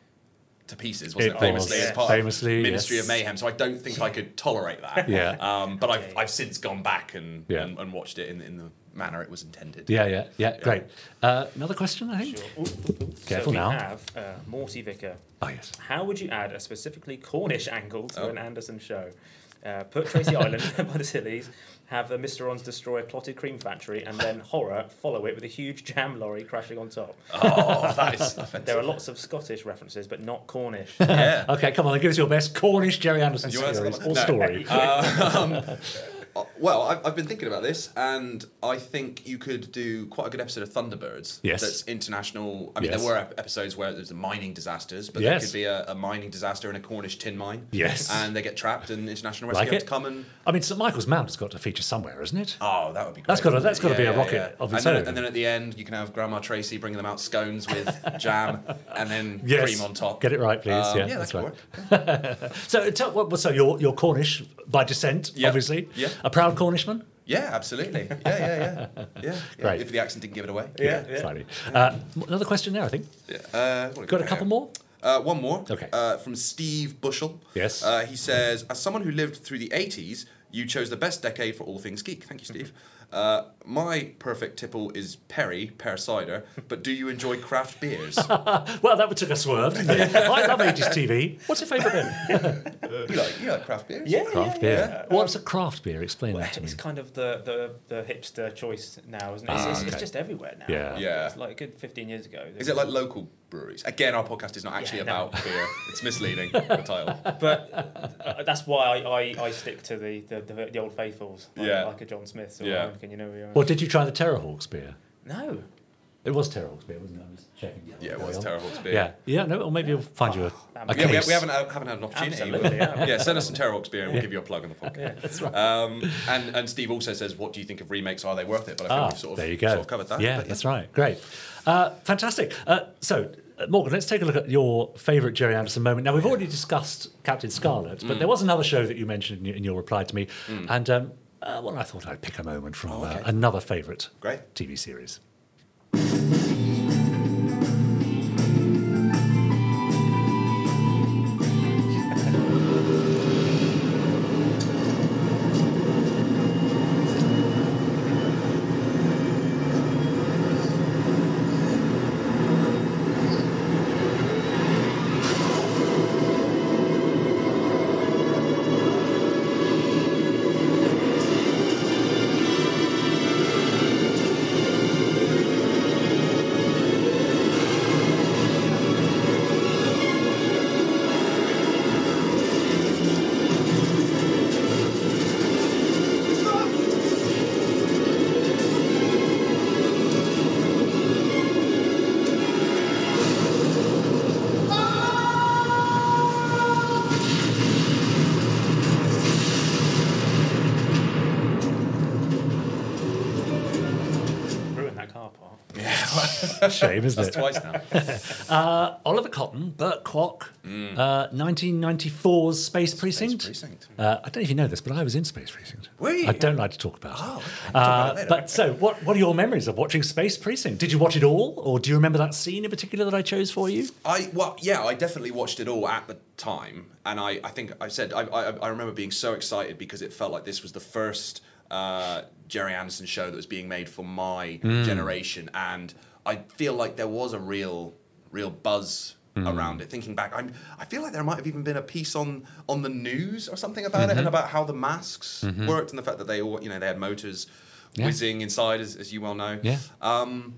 Speaker 5: to pieces wasn't
Speaker 1: It
Speaker 5: it, famously
Speaker 1: was.
Speaker 5: as part
Speaker 1: Famously,
Speaker 5: of Ministry
Speaker 1: yes.
Speaker 5: of Mayhem so I don't think I could tolerate that
Speaker 1: Yeah.
Speaker 5: um, but I've, I've since gone back and,
Speaker 1: Yeah.
Speaker 5: and and watched it in in the manner it was intended
Speaker 1: Yeah, yeah, yeah. Great. Uh, another question, I think.
Speaker 6: Ooh, ooh, ooh.
Speaker 1: Careful
Speaker 6: so we
Speaker 1: now.
Speaker 6: have uh, Morty Vicker.
Speaker 1: Oh yes.
Speaker 6: How would you add a specifically Cornish angle to
Speaker 5: Oh.
Speaker 6: an Anderson show? Uh, put Tracy Island by the Sillies, have the Mysterons destroy a clotted cream factory, and then horror follow it with a huge jam lorry crashing on top.
Speaker 5: oh that is offensive
Speaker 6: There are lots of Scottish references, but not Cornish.
Speaker 5: yeah
Speaker 1: Okay, come on. Give us your best Cornish Jerry Anderson
Speaker 5: You want us-
Speaker 1: series or
Speaker 5: No.
Speaker 1: story.
Speaker 5: Uh, Well, I've, I've been thinking about this, and I think you could do quite a good episode of Thunderbirds.
Speaker 1: Yes.
Speaker 5: That's international. I mean,
Speaker 1: Yes.
Speaker 5: there were ep- episodes where there's the mining disasters, but
Speaker 1: Yes.
Speaker 5: there could be a, a mining disaster in a Cornish tin mine.
Speaker 1: Yes.
Speaker 5: And they get trapped, and international rescue
Speaker 1: Like
Speaker 5: have
Speaker 1: it.
Speaker 5: to come and.
Speaker 1: I mean, St Michael's Mount has got to feature somewhere, isn't it?
Speaker 5: Oh, that would be great.
Speaker 1: That's gotta- that's gotta be a rocket of
Speaker 5: and
Speaker 1: its
Speaker 5: then,
Speaker 1: own.
Speaker 5: And then at the end, you can have Grandma Tracy bringing them out scones with jam and then
Speaker 1: Yes.
Speaker 5: cream on top.
Speaker 1: Get it right, please.
Speaker 5: Um,
Speaker 1: yeah,
Speaker 5: that
Speaker 1: that's
Speaker 5: could
Speaker 1: right.
Speaker 5: work.
Speaker 1: So, tell, well, so you're, you're Cornish by descent,
Speaker 5: Yeah.
Speaker 1: obviously.
Speaker 5: Yeah.
Speaker 1: A proud Cornishman.
Speaker 5: Yeah, absolutely. Yeah, yeah, yeah. yeah, yeah.
Speaker 1: Great.
Speaker 5: If the accent didn't give it away.
Speaker 1: Slightly. Uh, m- another question there, I think.
Speaker 5: Uh, what have we
Speaker 1: Got a
Speaker 5: here?
Speaker 1: couple more?
Speaker 5: Uh, one more.
Speaker 1: Okay.
Speaker 5: Uh, from Steve Bushell.
Speaker 1: Yes.
Speaker 5: Uh, he says, as someone who lived through the 80s, you chose the best decade for all things geek. Thank you, Steve. Uh, my perfect tipple is Perry, pear cider, but do you enjoy craft beers?
Speaker 1: Well, that took a swerve. didn't it? I love 80s TV. What's your favourite then?
Speaker 5: you, like, you like craft beers?
Speaker 6: yeah,
Speaker 1: Craft beer. What's a craft beer? Explain that to me.
Speaker 6: It's kind of the, the, the hipster choice now, isn't it? It's, it's,
Speaker 1: Ah, okay.
Speaker 6: it's just everywhere now.
Speaker 1: Yeah.
Speaker 5: Yeah.
Speaker 6: It's like a good 15 years ago.
Speaker 5: Is it like local breweries? Again, our podcast is not actually
Speaker 6: Yeah, no.
Speaker 5: about beer. It's misleading, the title.
Speaker 6: Uh, that's why I, I, I stick to the, the, the, the old faithfuls, like,
Speaker 5: Yeah.
Speaker 6: like a John Smith or
Speaker 5: Yeah.
Speaker 6: yeah. you know we are.
Speaker 1: Well, did you try the Terrorhawks beer?
Speaker 6: No.
Speaker 1: It was Terrorhawks beer, wasn't it? I was checking.
Speaker 5: Yeah, it
Speaker 1: Carry
Speaker 5: was
Speaker 1: on.
Speaker 5: terrible. It's beer.
Speaker 1: Yeah, yeah, no, or maybe we'll find you a, a
Speaker 5: Ah, Yeah, we,
Speaker 1: case.
Speaker 5: we haven't, haven't had an opportunity.
Speaker 6: Absolutely, yeah.
Speaker 5: yeah, send us some Terrell beer and we'll give you a plug on the podcast. that's right. Um, and, and Steve also says, what do you think of remakes? Are they worth it? But I think
Speaker 1: Ah,
Speaker 5: we've sort of,
Speaker 1: there you go.
Speaker 5: sort of covered that.
Speaker 1: Yeah,
Speaker 5: but
Speaker 1: that's right. Great. Uh, fantastic. Uh, so, uh, Morgan, let's take a look at your favourite Jerry Anderson moment. Now, we've already discussed Captain Scarlet,
Speaker 5: Mm.
Speaker 1: but there was another show that you mentioned in your, in your reply to me. And, um, uh, well, I thought I'd pick a moment from uh,
Speaker 5: Oh, okay.
Speaker 1: another favourite
Speaker 5: Great.
Speaker 1: TV series. Shame, isn't
Speaker 5: That's
Speaker 1: it?
Speaker 5: twice now.
Speaker 1: Uh, Oliver Cotton, Burt Kwok, uh, 1994's Space Precinct.
Speaker 5: Mm. Precinct.
Speaker 1: Uh, I don't know if you know this, but I was in Space Precinct.
Speaker 5: Were you? Oh,
Speaker 1: I don't like to talk about it. Uh, but so, what, what are your memories of watching Space Precinct? Did you watch it all, or do you remember that scene in particular that I chose for you?
Speaker 5: I well, yeah, I definitely watched it all at the time, and I, I think I said I, I I remember being so excited because it felt like this was the first uh, Jerry Anderson show that was being made for my
Speaker 1: Hmm.
Speaker 5: generation, and I feel like there was a real real buzz.
Speaker 1: Hmm.
Speaker 5: Around it, thinking back, I'm, I feel like there might have even been a piece on on the news or something about
Speaker 1: Mm-hmm.
Speaker 5: it, and about how the masks worked, and the fact that they all, you know, they had motors
Speaker 1: Yeah.
Speaker 5: whizzing inside, as, as you well know.
Speaker 1: Yeah.
Speaker 5: Um,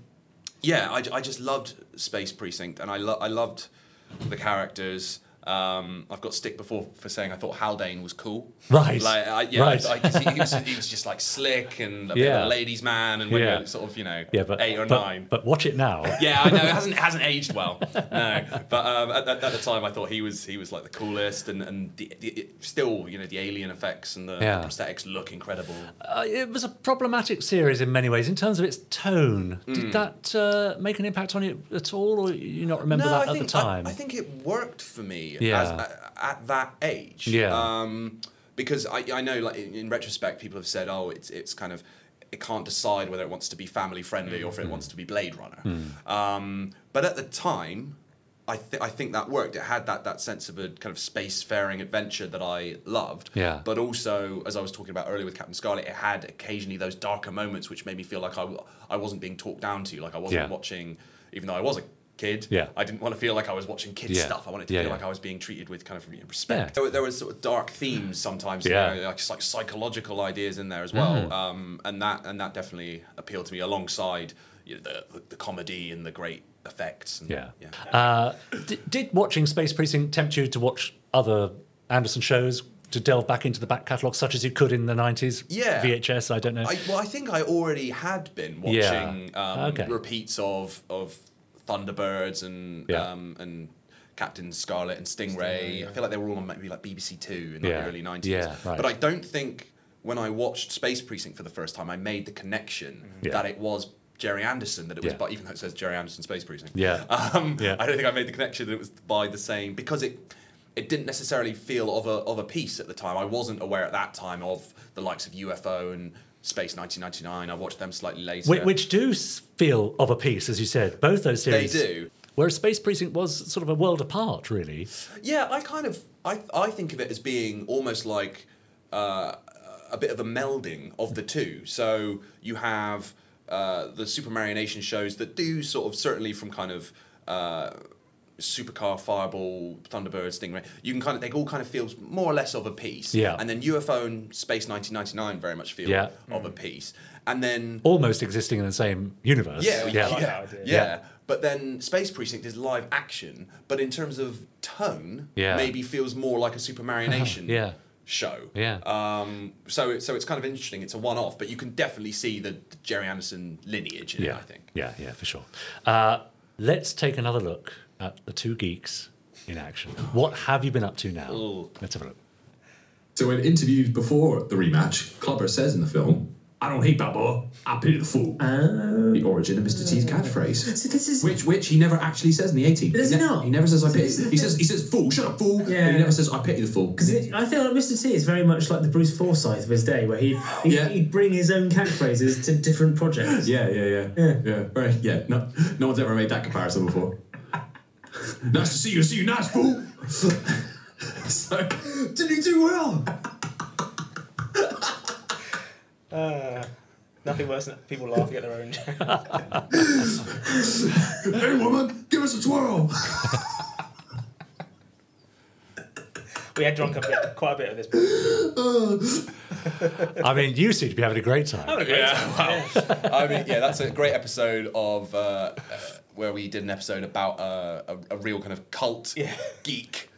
Speaker 5: yeah, I, I just loved Space Precinct, and I lo- I loved the characters. Um, I've got stick before for saying I thought Haldane was cool.
Speaker 1: Right.
Speaker 5: Like, I, yeah,
Speaker 1: Right.
Speaker 5: I, I- 'cause he, he was, he was just like slick and a bit
Speaker 1: Yeah.
Speaker 5: of a ladies' man, and when
Speaker 1: Yeah.
Speaker 5: you're sort of you know
Speaker 1: Yeah, but
Speaker 5: eight or
Speaker 1: but-
Speaker 5: nine.
Speaker 1: But watch it now.
Speaker 5: yeah, I know it hasn't it hasn't aged well. No, but um, at, at, at the time I thought he was he was like the coolest, and and the, the, it- still you know the alien effects and the,
Speaker 1: Yeah.
Speaker 5: the prosthetics look incredible.
Speaker 1: Uh, it was a problematic series in many ways in terms of its tone.
Speaker 5: Hmm.
Speaker 1: Did that uh, make an impact on it at all, or you not remember that
Speaker 5: I
Speaker 1: at
Speaker 5: think,
Speaker 1: the time?
Speaker 5: I, I think it worked for me
Speaker 1: Yeah.
Speaker 5: as, at, at that age.
Speaker 1: Yeah.
Speaker 5: Um, because I, I know, like in, in retrospect, people have said, "Oh, it's it's kind of it can't decide whether it wants to be family friendly or if
Speaker 1: Mm.
Speaker 5: it wants to be Blade Runner."
Speaker 1: Hmm.
Speaker 5: Um, but at the time, I th- I think that worked. It had that that sense of a kind of spacefaring adventure that I loved.
Speaker 1: Yeah.
Speaker 5: But also, as I was talking about earlier with Captain Scarlet, it had occasionally those darker moments which made me feel like I w- I wasn't being talked down to, like I wasn't
Speaker 1: Yeah.
Speaker 5: watching, even though I was a kid.
Speaker 1: Yeah.
Speaker 5: I didn't want to feel like I was watching kids
Speaker 1: Yeah.
Speaker 5: stuff. I wanted to
Speaker 1: Yeah,
Speaker 5: feel
Speaker 1: yeah.
Speaker 5: like I was being treated with kind of you know,
Speaker 1: Yeah.
Speaker 5: respect. There, were- there was sort of dark themes sometimes,
Speaker 1: Yeah. Mm-hmm.
Speaker 5: you know, like, like psychological ideas in there as well, um, and that and that definitely appealed to me alongside you know, the, the the comedy and the great effects. And,
Speaker 1: Yeah. Uh, did, did watching Space Precinct tempt you to watch other Anderson shows to delve back into the back catalogue, such as you could in the nineties?
Speaker 5: Yeah.
Speaker 1: VHS. I don't know.
Speaker 5: I, well, I think I already had been watching
Speaker 1: Yeah.
Speaker 5: um,
Speaker 1: Okay.
Speaker 5: repeats of of Thunderbirds and
Speaker 1: Yeah.
Speaker 5: um, and Captain Scarlet and Stingray. I feel like they were all on maybe like BBC Two in
Speaker 1: Yeah.
Speaker 5: the early nineties.
Speaker 1: Yeah, right.
Speaker 5: But I don't think when I watched Space Precinct for the first time, I made the connection
Speaker 1: Yeah.
Speaker 5: that it was. Jerry Anderson, that it was,
Speaker 1: Yeah.
Speaker 5: but even though it says Jerry Anderson Space Precinct,
Speaker 1: Yeah.
Speaker 5: um,
Speaker 1: Yeah.
Speaker 5: I don't think I made the connection that it was by the same because it it didn't necessarily feel of a of a piece at the time. I wasn't aware at that time of the likes of UFO and Space 1999. I watched them slightly later.
Speaker 1: Whi- Which do s- feel of a piece, as you said, both those
Speaker 5: they
Speaker 1: series.
Speaker 5: do.
Speaker 1: Whereas Space Precinct was sort of a world apart, really.
Speaker 5: Yeah, I kind of I I think of it as being almost like uh, a bit of a melding of the two. So you have uh, the Super Marionation shows that do sort of certainly from kind of. Uh, Supercar, Fireball, Thunderbird, Stingray. You can kind of they all kind of feel more or less of a piece.
Speaker 1: Yeah.
Speaker 5: And then UFO and Space 1999 very much feel
Speaker 1: Yeah.
Speaker 5: of a piece. And then
Speaker 1: Almost existing in the same universe.
Speaker 5: yeah,
Speaker 6: we
Speaker 5: yeah,
Speaker 6: like
Speaker 5: yeah,
Speaker 6: that idea.
Speaker 5: yeah. But then Space Precinct is live action, but in terms of tone,
Speaker 1: Yeah.
Speaker 5: maybe feels more like a Super Marionation
Speaker 1: Yeah.
Speaker 5: show.
Speaker 1: Yeah.
Speaker 5: Um, so it, so it's kind of interesting. It's a one off, but you can definitely see the Jerry Anderson lineage in
Speaker 1: yeah,
Speaker 5: it, I think.
Speaker 1: Yeah, yeah, for sure. Uh, let's take another look at the two geeks in action. What have you been up to now? Let's have a look.
Speaker 7: So, in interviews before the rematch, Clubber says in the film, I don't hate Babbo, I pity the fool. The origin of Mr. T's catchphrase.
Speaker 9: So this is.
Speaker 7: Which which he never actually says in the 18.
Speaker 9: Does he
Speaker 7: ne-
Speaker 9: not?
Speaker 7: He never says I
Speaker 9: So
Speaker 7: pity.
Speaker 9: this is the
Speaker 7: He
Speaker 9: thing.
Speaker 7: says he says fool, shut up fool.
Speaker 10: Yeah.
Speaker 7: But he never says I pity the fool.
Speaker 10: Because I feel like Mr. T is very much like the Bruce Forsyth of his day, where he'd, he'd,
Speaker 7: Yeah.
Speaker 10: he'd bring his own catchphrases to different projects.
Speaker 7: Yeah, yeah, yeah. Yeah, yeah. Right, yeah. No, no one's ever made that comparison before. nice to see you, see you, nice fool. so, did he do well?
Speaker 6: Nothing worse than people laughing at their own jokes.
Speaker 7: Hey, woman, give us a twirl.
Speaker 6: We had drunk a bit, quite a bit of this. Before.
Speaker 1: I mean, you seem to be having a great time.
Speaker 5: Yeah, wow. I mean, yeah, that's a great episode of uh, uh, where we did an episode about uh, a, a real kind of cult geek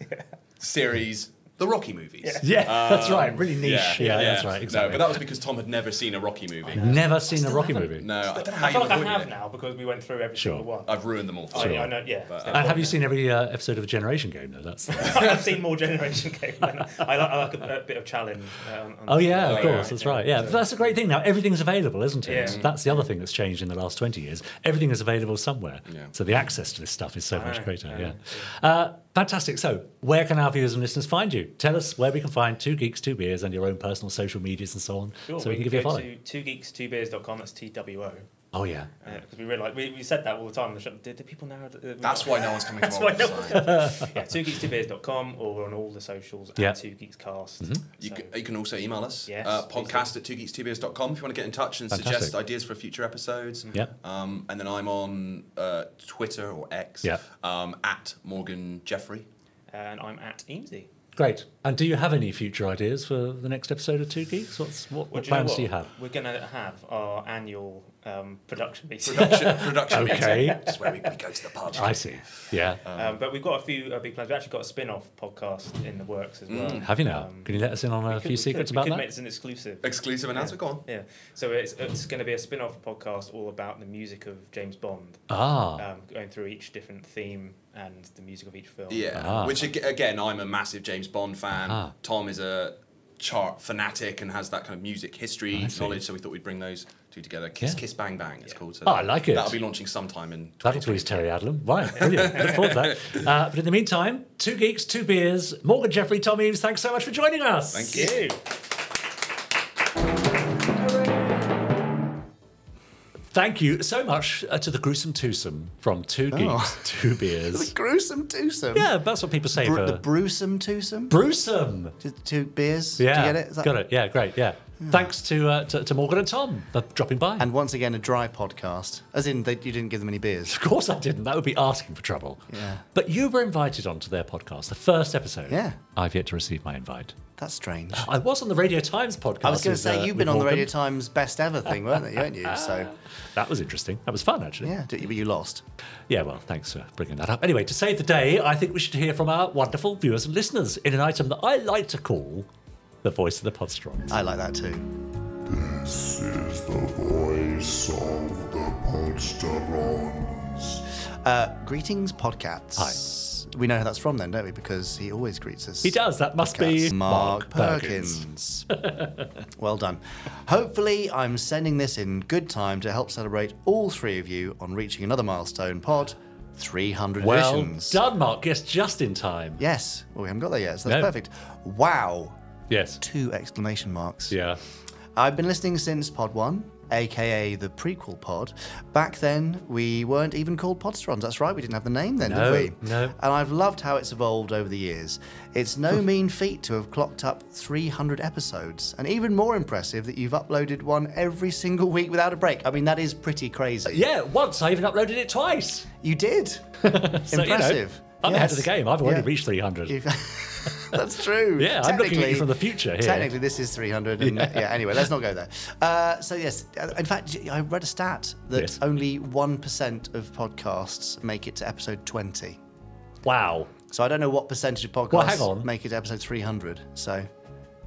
Speaker 5: series the Rocky movies.
Speaker 1: Yeah, that's right, really niche. Yeah, that's right,
Speaker 5: No,
Speaker 1: exactly. Uh-huh.
Speaker 5: but that was because Tom had never seen a Rocky movie.
Speaker 1: Never seen a Rocky movie.
Speaker 5: No, I don't know how
Speaker 6: I
Speaker 5: you
Speaker 6: feel like I
Speaker 5: avoided
Speaker 6: have
Speaker 5: it.
Speaker 6: now because we went through every
Speaker 1: Sure.
Speaker 6: single one.
Speaker 5: I've ruined them all.
Speaker 6: I, I know, Oh, yeah.
Speaker 1: And have you seen every uh, episode of Generation Game though? That's
Speaker 6: I've seen more Generation Game. Than I, like, I like a, a bit of challenge. uh, on- on-
Speaker 1: Oh yeah,
Speaker 6: Yeah.
Speaker 1: of course, that's right. Yeah, but that's a great thing now. Everything's available, isn't it?
Speaker 6: Yeah.
Speaker 1: That's the other thing that's changed in the last twenty years. Everything is available somewhere,
Speaker 5: Yeah.
Speaker 1: so the access to this stuff is so much
Speaker 6: know,
Speaker 1: greater.
Speaker 6: I
Speaker 1: Yeah,
Speaker 6: know,
Speaker 1: Uh, fantastic. So, where can our viewers and listeners find you? Tell us where we can find Two Geeks Two Beers and your own personal social medias and so on,
Speaker 6: Sure,
Speaker 1: so we,
Speaker 6: we
Speaker 1: can give you a
Speaker 6: go
Speaker 1: follow.
Speaker 6: to twogeeks2beers.com. That's T-W-O.
Speaker 1: Oh yeah,
Speaker 6: Because Uh, we realised, we, we said that all the time. on The show. Did, did people know? That, uh, we-
Speaker 5: That's why no one's coming
Speaker 6: That's
Speaker 5: to
Speaker 6: why
Speaker 5: our
Speaker 6: no
Speaker 5: website.
Speaker 6: Yeah, twogeeksdbeers.com or on all the socials
Speaker 1: Yeah. Mm-hmm.
Speaker 6: at Two Geeks Cast.
Speaker 5: You,
Speaker 6: So-
Speaker 5: c- you can also email us,
Speaker 6: Yes,
Speaker 5: uh,
Speaker 6: please
Speaker 5: podcast at twogeeks2beers.com if you want to get in touch and
Speaker 1: Fantastic.
Speaker 5: suggest ideas for future episodes.
Speaker 1: Yep.
Speaker 5: Um, and then I'm on uh, Twitter or X
Speaker 1: Yeah.
Speaker 5: um, at Morgan Jeffrey.
Speaker 6: and I'm at Eamesy.
Speaker 1: great. And do you have any future ideas for the next episode of Two Geeks? What's what,
Speaker 6: Well,
Speaker 1: what
Speaker 6: do
Speaker 1: plans
Speaker 6: what?
Speaker 1: do you have?
Speaker 6: We're going to have our annual um, production meeting.
Speaker 5: Production, production meeting.
Speaker 1: Okay,
Speaker 5: That's where we, we go to the pub.
Speaker 1: I see. Yeah,
Speaker 6: um, but we've got a few uh, big plans. We've actually got a spin off podcast in the
Speaker 5: Mm.
Speaker 6: works as well.
Speaker 1: have you now?
Speaker 6: Um,
Speaker 1: can you let us in on a
Speaker 6: we could-
Speaker 1: few
Speaker 6: we
Speaker 1: secrets
Speaker 6: could,
Speaker 1: about
Speaker 6: we could
Speaker 1: that?
Speaker 6: Make this an exclusive.
Speaker 5: Exclusive announcement. Go on.
Speaker 6: Yeah. So it's, it's going to be a spin off podcast all about the music of James Bond,
Speaker 1: ah,
Speaker 6: um, going through each different theme and the music of each film.
Speaker 5: Yeah,
Speaker 1: Ah.
Speaker 5: which ag- again, I'm a massive James Bond fan.
Speaker 1: Ah.
Speaker 5: Tom is a chart fanatic and has that kind of music history
Speaker 1: Oh, I see.
Speaker 5: knowledge, so we thought we'd bring those two together. Kiss,
Speaker 1: Yeah.
Speaker 5: kiss, bang, bang. It's called. So
Speaker 1: Oh, I like it.
Speaker 5: That'll be launching sometime in.
Speaker 1: That'll please Terry Adlam. Right, brilliant. Look forward to that. Uh, but in the meantime, two geeks, two beers. Morgan Jeffrey, Tom Eames, thanks so much for joining us.
Speaker 5: Thank
Speaker 6: Thank you.
Speaker 1: Thank you so much uh, to the gruesome twosome from Two
Speaker 2: Oh.
Speaker 1: Geeks, Two
Speaker 2: The
Speaker 1: Beers.
Speaker 2: gruesome twosome.
Speaker 1: yeah, uh, that's what people say
Speaker 2: Bru-
Speaker 1: for
Speaker 2: the brewsome twosome.
Speaker 1: Brewsome.
Speaker 2: Just two beers.
Speaker 1: Yeah,
Speaker 2: Do you get it? Is that-
Speaker 1: got it. Yeah, great. Yeah, thanks to, uh, to to Morgan and Tom for dropping by.
Speaker 2: And once again, a dry podcast. As in, they, you didn't give them any beers.
Speaker 1: Of course I didn't. That would be asking for trouble.
Speaker 2: Yeah.
Speaker 1: But you were invited onto their podcast, the first episode.
Speaker 2: Yeah.
Speaker 1: I've yet to receive my invite.
Speaker 2: That's strange.
Speaker 1: I was on the Radio Times podcast.
Speaker 2: I was going
Speaker 1: with,
Speaker 2: to say
Speaker 1: Ah, uh,
Speaker 2: you've
Speaker 1: with
Speaker 2: been on the
Speaker 1: Morgan.
Speaker 2: Radio Times Best Ever thing, weren't you? Weren't you? So
Speaker 1: That was interesting. That was fun, actually.
Speaker 2: yeah, but you lost.
Speaker 1: Yeah, well, thanks for bringing that up. Anyway, to save the day, I think we should hear from our wonderful viewers and listeners in an item that I like to call the voice of the Podstrons.
Speaker 2: I like that too.
Speaker 8: This is the voice of the Podsterons.
Speaker 2: Uh, greetings, podcats. Hi. We know who that's from then, don't we? Because he always greets us.
Speaker 1: He does. That must
Speaker 2: That's
Speaker 1: be
Speaker 2: Mark Perkins. well done. Hopefully, I'm sending this in good time to help celebrate all three of you on reaching another milestone pod 300
Speaker 1: Well
Speaker 2: editions.
Speaker 1: done, Mark. Yes, just in time.
Speaker 2: Yes. Well, we haven't got there yet, so that's
Speaker 1: No.
Speaker 2: perfect. Wow.
Speaker 1: Yes.
Speaker 2: Two exclamation marks.
Speaker 1: Yeah.
Speaker 2: I've been listening since Pod 1, aka the prequel pod. Back then, we weren't even called Podstrons. That's right, we didn't have the name then,
Speaker 1: No,
Speaker 2: did we?
Speaker 1: no.
Speaker 2: And I've loved how it's evolved over the years. It's no mean feat to have clocked up 300 episodes, and even more impressive that you've uploaded one every single week without a break. I mean, that is pretty crazy.
Speaker 1: Yeah, once I even uploaded it twice.
Speaker 2: You did.
Speaker 1: So, you know,
Speaker 2: Impressive.
Speaker 1: I'm ahead of
Speaker 2: Yes.
Speaker 1: the game. I've already
Speaker 2: Yeah.
Speaker 1: reached 300.
Speaker 2: If- That's true.
Speaker 1: Yeah, I'm looking at you
Speaker 2: Technically-
Speaker 1: from the future here.
Speaker 2: Technically, this is 300. And, yeah. Anyway, let's not go there. Uh, so yes, uh, in fact, I read a stat that
Speaker 1: Yes.
Speaker 2: only one percent of podcasts make it to episode 20.
Speaker 1: Wow.
Speaker 2: So I don't know what percentage of podcasts
Speaker 1: Well, hang on.
Speaker 2: make it to episode 300. So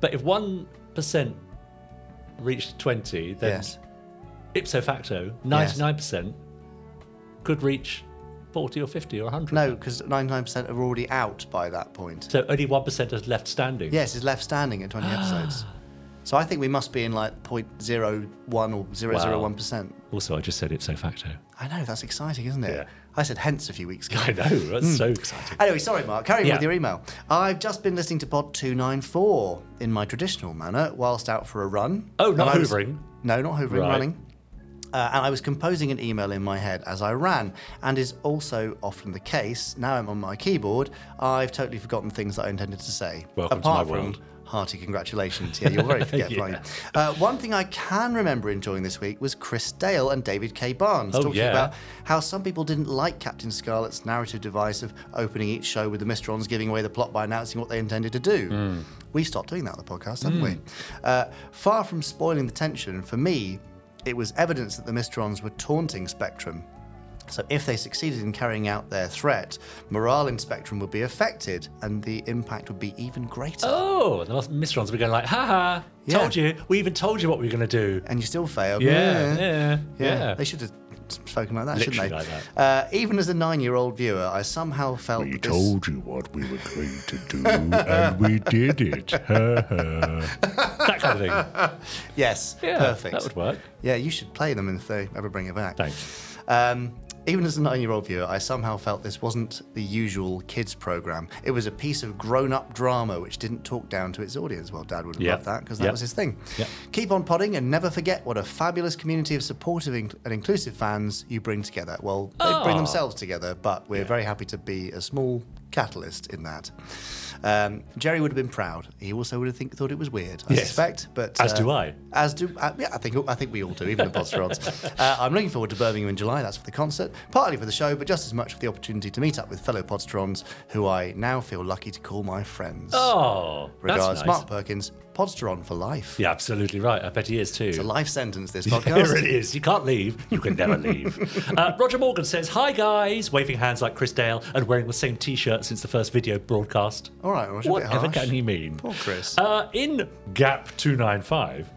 Speaker 1: But if 1% reached 20, then
Speaker 2: yes,
Speaker 1: ipso facto, 99% could reach 40 or 50 or 100.
Speaker 2: no, because 99% are already out by that point.
Speaker 1: So only 1% is left standing.
Speaker 2: Yes, is left standing at 20 episodes. So I think we must be in like 0.01 or 0.01%.
Speaker 1: Also, I just said ipso facto.
Speaker 2: I know that's exciting, isn't it?
Speaker 1: Yeah.
Speaker 2: I said hence a few weeks ago.
Speaker 1: I know, that's
Speaker 2: Hmm.
Speaker 1: so exciting.
Speaker 2: Anyway, sorry, Mark. Carry on
Speaker 1: Yeah.
Speaker 2: with your email. I've just been listening to Pod 294 in my traditional manner whilst out for a run.
Speaker 1: Oh, not
Speaker 2: And I was-
Speaker 1: hoovering.
Speaker 2: No, not hoovering,
Speaker 1: Right.
Speaker 2: running. Uh, and I was composing an email in my head as I ran, and is also often the case. Now I'm on my keyboard, I've totally forgotten things that I intended to say.
Speaker 1: Welcome to
Speaker 2: Apart
Speaker 1: my
Speaker 2: from
Speaker 1: world.
Speaker 2: hearty congratulations. Yeah, you're very forgetful.
Speaker 1: Yeah.
Speaker 2: aren't you? uh, one thing I can remember enjoying this week was Chris Dale and David K. Barnes
Speaker 1: Oh,
Speaker 2: talking
Speaker 1: yeah.
Speaker 2: about how some people didn't like Captain Scarlet's narrative device of opening each show with the Mistrons giving away the plot by announcing what they intended to do.
Speaker 1: Hmm.
Speaker 2: We've stopped doing that on the podcast, haven't we? Uh, far from spoiling the tension, for me, it was evidence that the Mistrons were taunting Spectrum. So, if they succeeded in carrying out their threat, morale in Spectrum would be affected and the impact would be even greater.
Speaker 1: Oh, and the Mistrons were going like, ha ha,
Speaker 2: Yeah.
Speaker 1: told you. We even told you what we were going to do.
Speaker 2: And you still failed.
Speaker 1: Yeah, yeah, yeah.
Speaker 2: They should have spoken like that,
Speaker 1: Literally
Speaker 2: shouldn't they?
Speaker 1: like
Speaker 2: Uh, even as a nine year old viewer, I somehow felt
Speaker 11: We
Speaker 2: that this-
Speaker 11: told you what we were going to do, and we did it. Ha, ha.
Speaker 1: that kind of thing.
Speaker 2: yes,
Speaker 1: Yeah,
Speaker 2: perfect.
Speaker 1: that would work.
Speaker 2: Yeah, you should play them if they ever bring it back.
Speaker 1: Thanks.
Speaker 2: Um, even as a nine year old viewer, I somehow felt this wasn't the usual kids' program. It was a piece of grown up drama which didn't talk down to its audience. Well, Dad would have
Speaker 1: Yep.
Speaker 2: loved that because that
Speaker 1: Yep.
Speaker 2: was his thing.
Speaker 1: Yep.
Speaker 2: Keep on podding and never forget what a fabulous community of supportive in- and inclusive fans you bring together. Well, they
Speaker 1: Aw.
Speaker 2: bring themselves together, but we're very happy to be a small catalyst in that. Um, Jerry would have been proud. He also would have think, thought it was weird, I
Speaker 1: Yes.
Speaker 2: suspect. But
Speaker 1: As do I.
Speaker 2: as do uh, yeah, I think I think we all do, even the Podstrons. uh, I'm looking forward to Birmingham in July. That's for the concert, partly for the show, but just as much for the opportunity to meet up with fellow Podstrons, who I now feel lucky to call my friends.
Speaker 1: Oh,
Speaker 2: Regards,
Speaker 1: that's nice.
Speaker 2: Mark Perkins, Podstron for life.
Speaker 1: Yeah, absolutely right. I bet he is too.
Speaker 2: It's a life sentence. This
Speaker 1: There it
Speaker 2: podcast.
Speaker 1: is. You can't leave. You can never leave. Uh, Roger Morgan says, Hi, guys. Waving hands like Chris Dale and wearing the same t shirt since the first video broadcast.
Speaker 2: all right, Roger. Oh, a
Speaker 1: Whatever
Speaker 2: bit harsh.
Speaker 1: can he mean?
Speaker 2: Poor Chris.
Speaker 1: Uh, in Gap 295,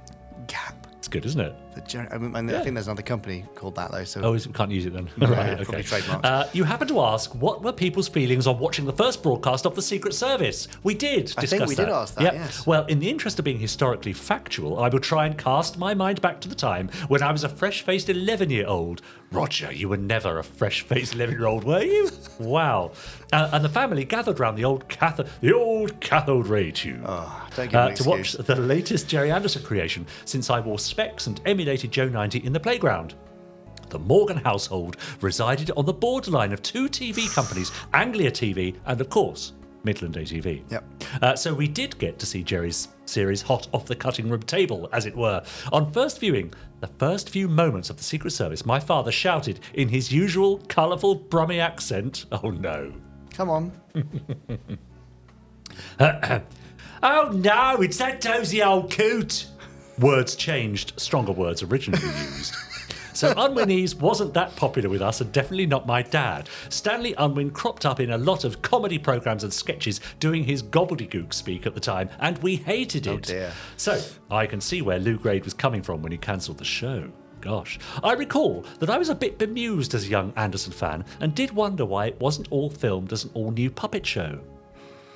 Speaker 2: Gap.
Speaker 1: it's good, isn't it?
Speaker 2: The gen- I, mean, I
Speaker 1: Yeah.
Speaker 2: think there's another company called that though. So
Speaker 1: Oh, is- we can't use it then.
Speaker 2: probably trademarked.
Speaker 1: Uh, you happened to ask, what were people's feelings on watching the first broadcast of the Secret Service? We did.
Speaker 2: I think
Speaker 1: discuss
Speaker 2: we
Speaker 1: that.
Speaker 2: did ask that,
Speaker 1: Yep.
Speaker 2: yes.
Speaker 1: Well, in the interest of being historically factual, I will try and cast my mind back to the time when I was a fresh-faced 11-year-old. Roger, you were never a fresh-faced 11-year-old, were you? wow. Uh, and the family gathered round the old cathode, the old cathode ray tube.
Speaker 2: Oh, don't give
Speaker 1: Uh,
Speaker 2: me
Speaker 1: to watch the latest Jerry Anderson creation since I wore specs and emulated Joe 90 in the playground. The Morgan household resided on the borderline of two TV companies, Anglia TV and, of course, Midland ATV.
Speaker 2: Yep.
Speaker 1: Uh, so we did get to see Jerry's series hot off the cutting room table, as it were. On first viewing, the first few moments of the Secret Service, my father shouted in his usual colourful Brummie accent, Oh no.
Speaker 2: Come on.
Speaker 1: Oh no, it's that dozy old coot. Words changed, stronger words originally used. So Unwin wasn't that popular with us and definitely not my dad. Stanley Unwin cropped up in a lot of comedy programs and sketches doing his gobbledygook speak at the time, and we hated it.
Speaker 2: dear.
Speaker 1: So I can see where Lou Grade was coming from when he cancelled the show. Gosh. I recall that I was a bit bemused as a young Anderson fan and did wonder why it wasn't all filmed as an all new puppet show.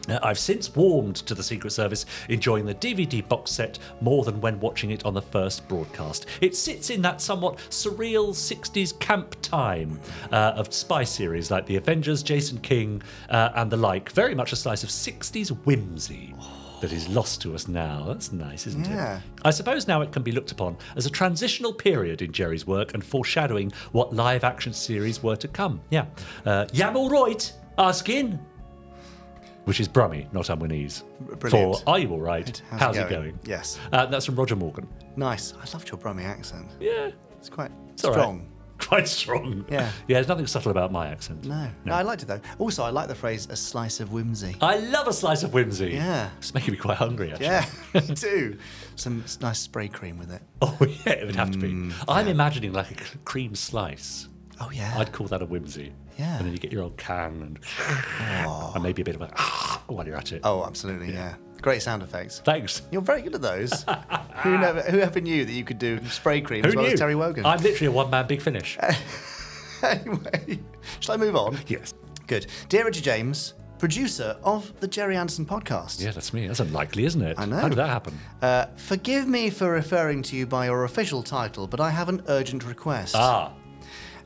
Speaker 1: Now, Uh, I've since warmed to the Secret Service, enjoying the DVD box set more than when watching it on the first broadcast. It sits in that somewhat surreal 60s camp time uh, of spy series like The Avengers, Jason King, uh, and the like. Very much a slice of 60s whimsy that is lost to us now. That's nice, isn't
Speaker 2: Yeah.
Speaker 1: it? I suppose now it can be looked upon as a transitional period in Jerry's work and foreshadowing what live action series were to come. Yeah. Uh, Yam all right, ask in which is Brummy, not Unwinese. For
Speaker 2: Brilliant.
Speaker 1: Are You All Right? How's, it going?
Speaker 2: Yes.
Speaker 1: Uh, that's from Roger Morgan.
Speaker 2: Nice. I loved your Brummie accent.
Speaker 1: Yeah,
Speaker 2: It's quite
Speaker 1: it's all right.
Speaker 2: strong.
Speaker 1: Quite strong.
Speaker 2: Yeah.
Speaker 1: Yeah, there's nothing subtle about my accent.
Speaker 2: No. no, I liked it though. Also, I like the phrase "a slice of whimsy."
Speaker 1: I love a slice of whimsy.
Speaker 2: Yeah.
Speaker 1: It's making me quite hungry, actually.
Speaker 2: Yeah, me too. Some s- nice spray cream with it.
Speaker 1: Oh, yeah, it would have to be.
Speaker 2: Mm,
Speaker 1: I'm imagining like a c- cream slice.
Speaker 2: Oh yeah.
Speaker 1: I'd call that a whimsy.
Speaker 2: Yeah.
Speaker 1: And then you get your old can and, and maybe a bit of a while you're at it.
Speaker 2: Oh, absolutely. Yeah. Great sound effects.
Speaker 1: Thanks.
Speaker 2: You're very good at those. who never, whoever knew that you could do spray cream
Speaker 1: Who
Speaker 2: as well
Speaker 1: knew?
Speaker 2: as Terry Wogan?
Speaker 1: I'm literally a one man big finish.
Speaker 2: anyway, shall I move on?
Speaker 1: yes.
Speaker 2: Good. Dear Richard James, producer of the Jerry Anderson podcast.
Speaker 1: Yeah, that's me. That's unlikely, isn't it? I
Speaker 2: know.
Speaker 1: How did that happen?
Speaker 2: Uh, forgive me for referring to you by your official title, but I have an urgent request.
Speaker 1: Ah,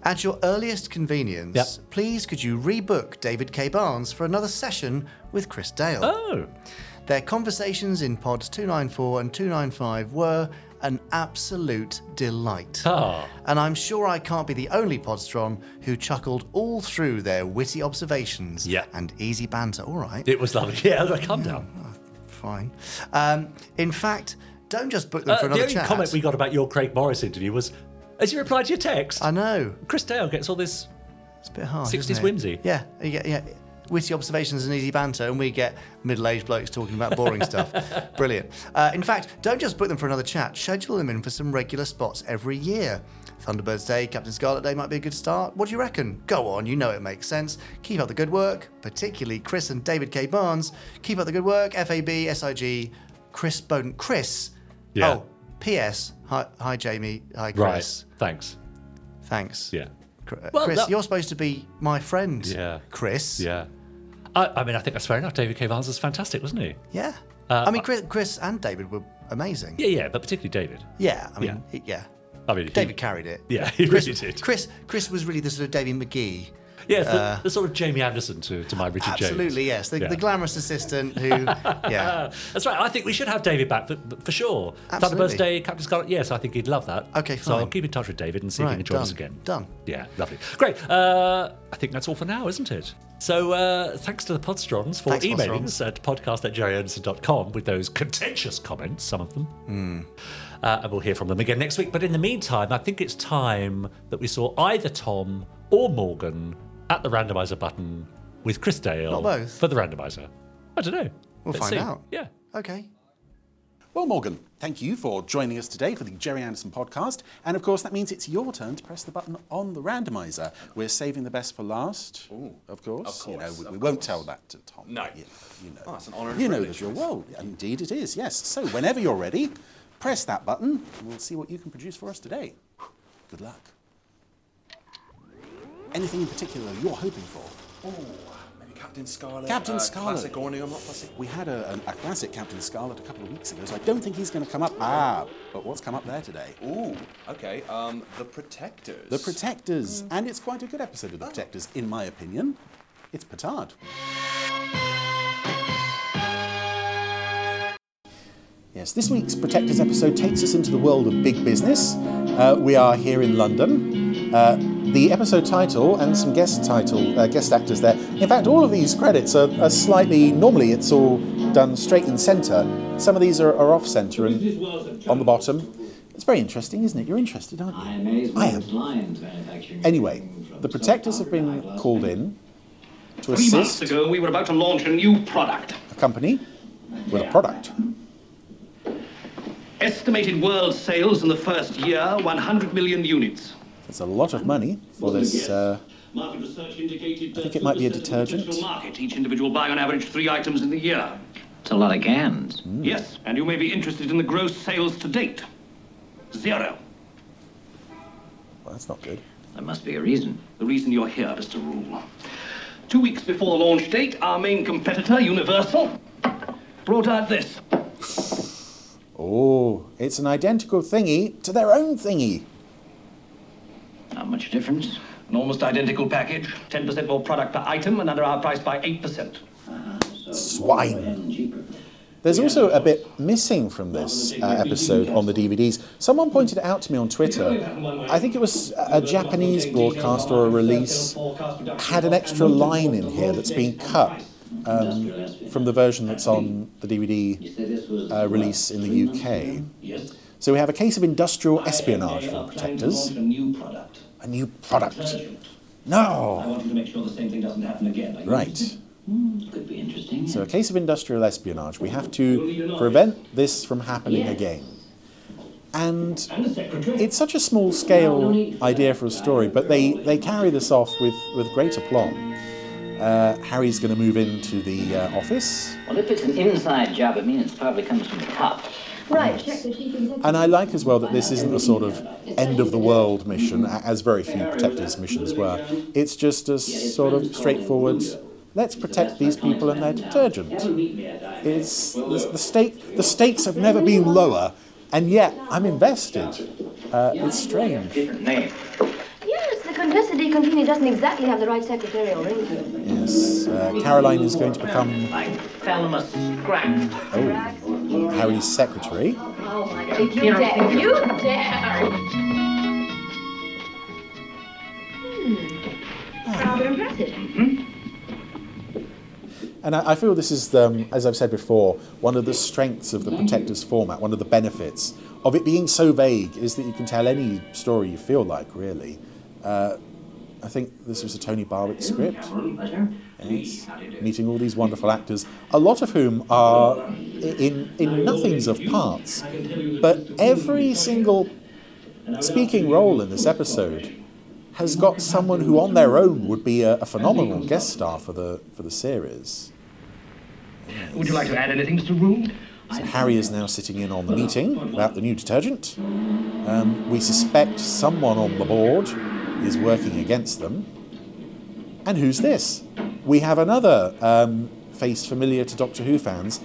Speaker 2: At your earliest convenience,
Speaker 1: Yep.
Speaker 2: please could you rebook David K. Barnes for another session with Chris Dale?
Speaker 1: Oh,
Speaker 2: Their conversations in pods 294 and 295 were an absolute delight.
Speaker 1: ah,
Speaker 2: And I'm sure I can't be the only Podstron who chuckled all through their witty observations
Speaker 1: Yeah.
Speaker 2: and easy banter. All right,
Speaker 1: it was lovely. Yeah, like, calm down.
Speaker 2: fine. Um, in fact, don't just book them
Speaker 1: Uh, the
Speaker 2: for another
Speaker 1: only
Speaker 2: chat.
Speaker 1: comment we got about your Craig Morris interview was, as you replied to your text,
Speaker 2: I know.
Speaker 1: Chris Dale gets all this.
Speaker 2: It's a bit hard.
Speaker 1: 60s
Speaker 2: isn't it?
Speaker 1: whimsy.
Speaker 2: Yeah, yeah, yeah. witty observations and easy banter, and we get middle-aged blokes talking about boring stuff. Brilliant. Uh, in fact, don't just book them for another chat. Schedule them in for some regular spots every year. Thunderbird's Day, Captain Scarlet Day might be a good start. What do you reckon? Go on, you know it makes sense. Keep up the good work, particularly Chris and David K. Barnes. Keep up the good work, FAB, SIG, Chris Bowden. Chris.
Speaker 1: Yeah.
Speaker 2: Oh, P.S. Hi, hi Jamie. Hi, Chris.
Speaker 1: Right. Thanks.
Speaker 2: Thanks.
Speaker 1: Yeah.
Speaker 2: Cr- uh,
Speaker 1: Well,
Speaker 2: Chris,
Speaker 1: that-
Speaker 2: you're supposed to be my friend.
Speaker 1: Yeah.
Speaker 2: Chris.
Speaker 1: Yeah. I, I mean, I think that's fair enough. David K. Barnes was fantastic, wasn't he?
Speaker 2: Yeah.
Speaker 1: Uh,
Speaker 2: I mean, Chris, Chris and David were amazing.
Speaker 1: Yeah, yeah, but particularly David.
Speaker 2: Yeah, I mean, he- yeah.
Speaker 1: I mean, he-
Speaker 2: David carried it.
Speaker 1: Yeah, he
Speaker 2: Chris,
Speaker 1: really did.
Speaker 2: Chris, Chris was really the sort of Davy McGee.
Speaker 1: Yeah, the,
Speaker 2: Uh,
Speaker 1: the sort of Jamie Anderson to, to my Richard James.
Speaker 2: absolutely, yes. The,
Speaker 1: Yeah.
Speaker 2: the glamorous assistant who, yeah.
Speaker 1: That's right. I think we should have David back for, for sure.
Speaker 2: Absolutely.
Speaker 1: Thunderbird's Day, Captain Scarlet. Yes, I think he'd love that.
Speaker 2: Okay,
Speaker 1: So I'll
Speaker 2: fine.
Speaker 1: keep in touch with David and see if he
Speaker 2: Right,
Speaker 1: can join us
Speaker 2: done,
Speaker 1: again.
Speaker 2: Done.
Speaker 1: Yeah, lovely. Great. Uh, I think that's all for now, isn't it? So uh, thanks to the Podstrons for
Speaker 2: Thanks,
Speaker 1: emailing us at podcast at jerryoderson.com with those contentious comments, some of them.
Speaker 2: Hmm.
Speaker 1: Uh, and we'll hear from them again next week. But in the meantime, I think it's time that we saw either Tom or Morgan at the randomizer button with Chris Dale
Speaker 2: Not both.
Speaker 1: for the randomizer. I don't know.
Speaker 2: We'll
Speaker 12: Let's
Speaker 2: find
Speaker 12: see.
Speaker 2: out.
Speaker 1: Yeah.
Speaker 2: Okay.
Speaker 12: Well, Morgan, thank you for joining us today for the Jerry Anderson podcast. And of course, that means it's your turn to press the button on the randomizer. We're saving the best for last, of course.
Speaker 5: of
Speaker 12: You know,
Speaker 5: course,
Speaker 12: we,
Speaker 5: of
Speaker 12: we won't tell that to Tom.
Speaker 5: No.
Speaker 12: You, you know,
Speaker 5: Oh, that's an honour and
Speaker 12: You know
Speaker 5: privilege,
Speaker 12: that's your role. Indeed, it is, yes. So, whenever you're ready, press that button and we'll see what you can produce for us today. Good luck. Anything in particular you're hoping for?
Speaker 5: Oh, maybe Captain Scarlet.
Speaker 12: Captain
Speaker 5: uh,
Speaker 12: Scarlet.
Speaker 5: Classic or Neon Hot Classic.
Speaker 12: We had a, a, a classic Captain Scarlet a couple of weeks ago, so I don't think he's going to come up. Ah, but what's come up there today?
Speaker 5: Ooh, okay. Um, the Protectors.
Speaker 12: The Protectors. And it's quite a good episode of The Protectors, in my opinion. It's petard. Yes, this week's Protectors episode takes us into the world of big business. Uh, we are here in London. Uh, the episode title and some guest title, uh, guest actors there. In fact, all of these credits are, are slightly. Normally, it's all done straight in centre. Some of these are, are off centre and on the bottom. It's very interesting, isn't it? You're interested, aren't you? I am. Anyway, the protectors have been called in to
Speaker 13: Three months
Speaker 12: assist
Speaker 13: ago, we were about to launch a new product.
Speaker 12: a company with a product.
Speaker 13: Estimated world sales in the first year 100 million units.
Speaker 12: It's a lot of money for this. Uh,
Speaker 13: Market research indicated
Speaker 12: I think it might be a detergent.
Speaker 13: individual market. Each individual buying on average three items in the year.
Speaker 12: It's a lot of cans.
Speaker 13: Yes, and you may be interested in the gross sales to date. Zero.
Speaker 12: Well, that's not good.
Speaker 13: There must be a reason. The reason you're here, Mr. Rule. Two weeks before the launch date, our main competitor, Universal, brought out this.
Speaker 12: Oh, it's an identical thingy to their own thingy.
Speaker 13: Not much difference. An almost identical package. 10% more product per item, another hour priced by 8%.
Speaker 12: Swine. There's also a bit missing from this uh, episode on the DVDs. Someone pointed it out to me on Twitter. I think it was a Japanese broadcast or a release had an extra line in here that's been cut um, from the version that's on the DVD uh, release in the UK. So we have a case of industrial espionage for the protectors.
Speaker 13: A new product.
Speaker 12: A new product. No!
Speaker 13: I wanted to make sure the same thing doesn't happen again. Are you
Speaker 12: Right.
Speaker 13: interested? Could be interesting.
Speaker 12: So, a case of industrial espionage. We have to prevent this from happening again. And it's such a small scale idea for a story, but they, they carry this off with, with great aplomb. Uh, Harry's going to move into the uh, office,
Speaker 14: Well, if it's an inside job, it means it probably comes from the top.
Speaker 12: Right,
Speaker 14: check the chief executive.
Speaker 12: and I like as well that this isn't a sort of end of the world mission, a- as very few Protectors missions were. It's just a sort of straightforward let's protect these people and their detergent. It's the, the stake. The stakes have never been lower, and yet I'm invested. Uh, it's strange.
Speaker 15: Yes, the Contessa di Contini doesn't exactly have the right secretarial ring to it.
Speaker 12: Yes, uh, Caroline is going to become
Speaker 14: Thalamus scrapped.
Speaker 12: oh, Harry's secretary.
Speaker 15: Oh, my
Speaker 14: God.
Speaker 15: Did you
Speaker 14: You don't
Speaker 15: dare?
Speaker 14: think-
Speaker 15: You dare? Hmm. Rather impressive.
Speaker 12: And I, I feel this is, um, as I've said before, one of the strengths of the Protectors format, one of the benefits of it being so vague is that you can tell any story you feel like, really. Uh, I think this was a Tony Barwick script. Yes.
Speaker 14: do.
Speaker 12: Meeting all these wonderful actors, a lot of whom are i- in, in nothings of parts, but every single speaking role in this episode has got someone who, on their own, would be a, a phenomenal guest star for the for the series.
Speaker 13: Would you like to add anything, Mr. Rule?
Speaker 12: So Harry is now sitting in on the meeting about the new detergent. Um, we suspect someone on the board is working against them. And who's this? We have another um, face familiar to Doctor Who fans,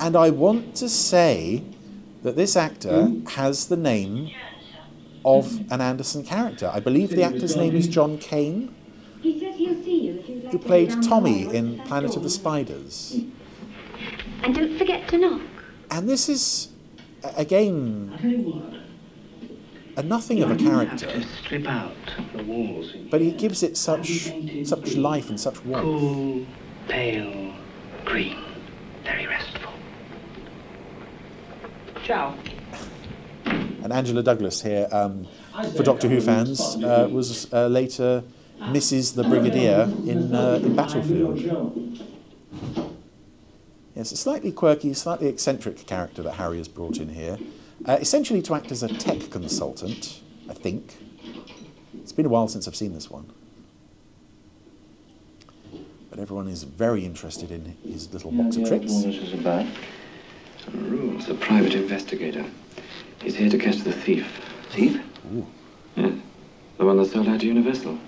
Speaker 12: and I want to say that this actor has the name of an Anderson character. I believe the actor's name is John Kane,
Speaker 14: He says he'll see you if you'd like
Speaker 12: who played Tommy in Planet of the Spiders.
Speaker 15: And don't forget to knock.
Speaker 12: And this is, a- again, a nothing of a character,
Speaker 13: Strip out the walls.
Speaker 12: but he gives it such such life and such warmth.
Speaker 13: Cool, pale, green, very restful. Ciao.
Speaker 12: And Angela Douglas here, um, for Doctor Who fans, uh, was uh, later Mrs. the Brigadier in, uh, in Battlefield. Yes, a slightly quirky, slightly eccentric character that Harry has brought in here, uh, essentially to act as a tech consultant, I think. It's been a while since I've seen this one. But everyone is very interested in his little box of tricks.
Speaker 13: is about. Rule's a private investigator. He's here to catch the thief. Thief?
Speaker 12: Ooh.
Speaker 13: Yes. The one that sold out to Universal.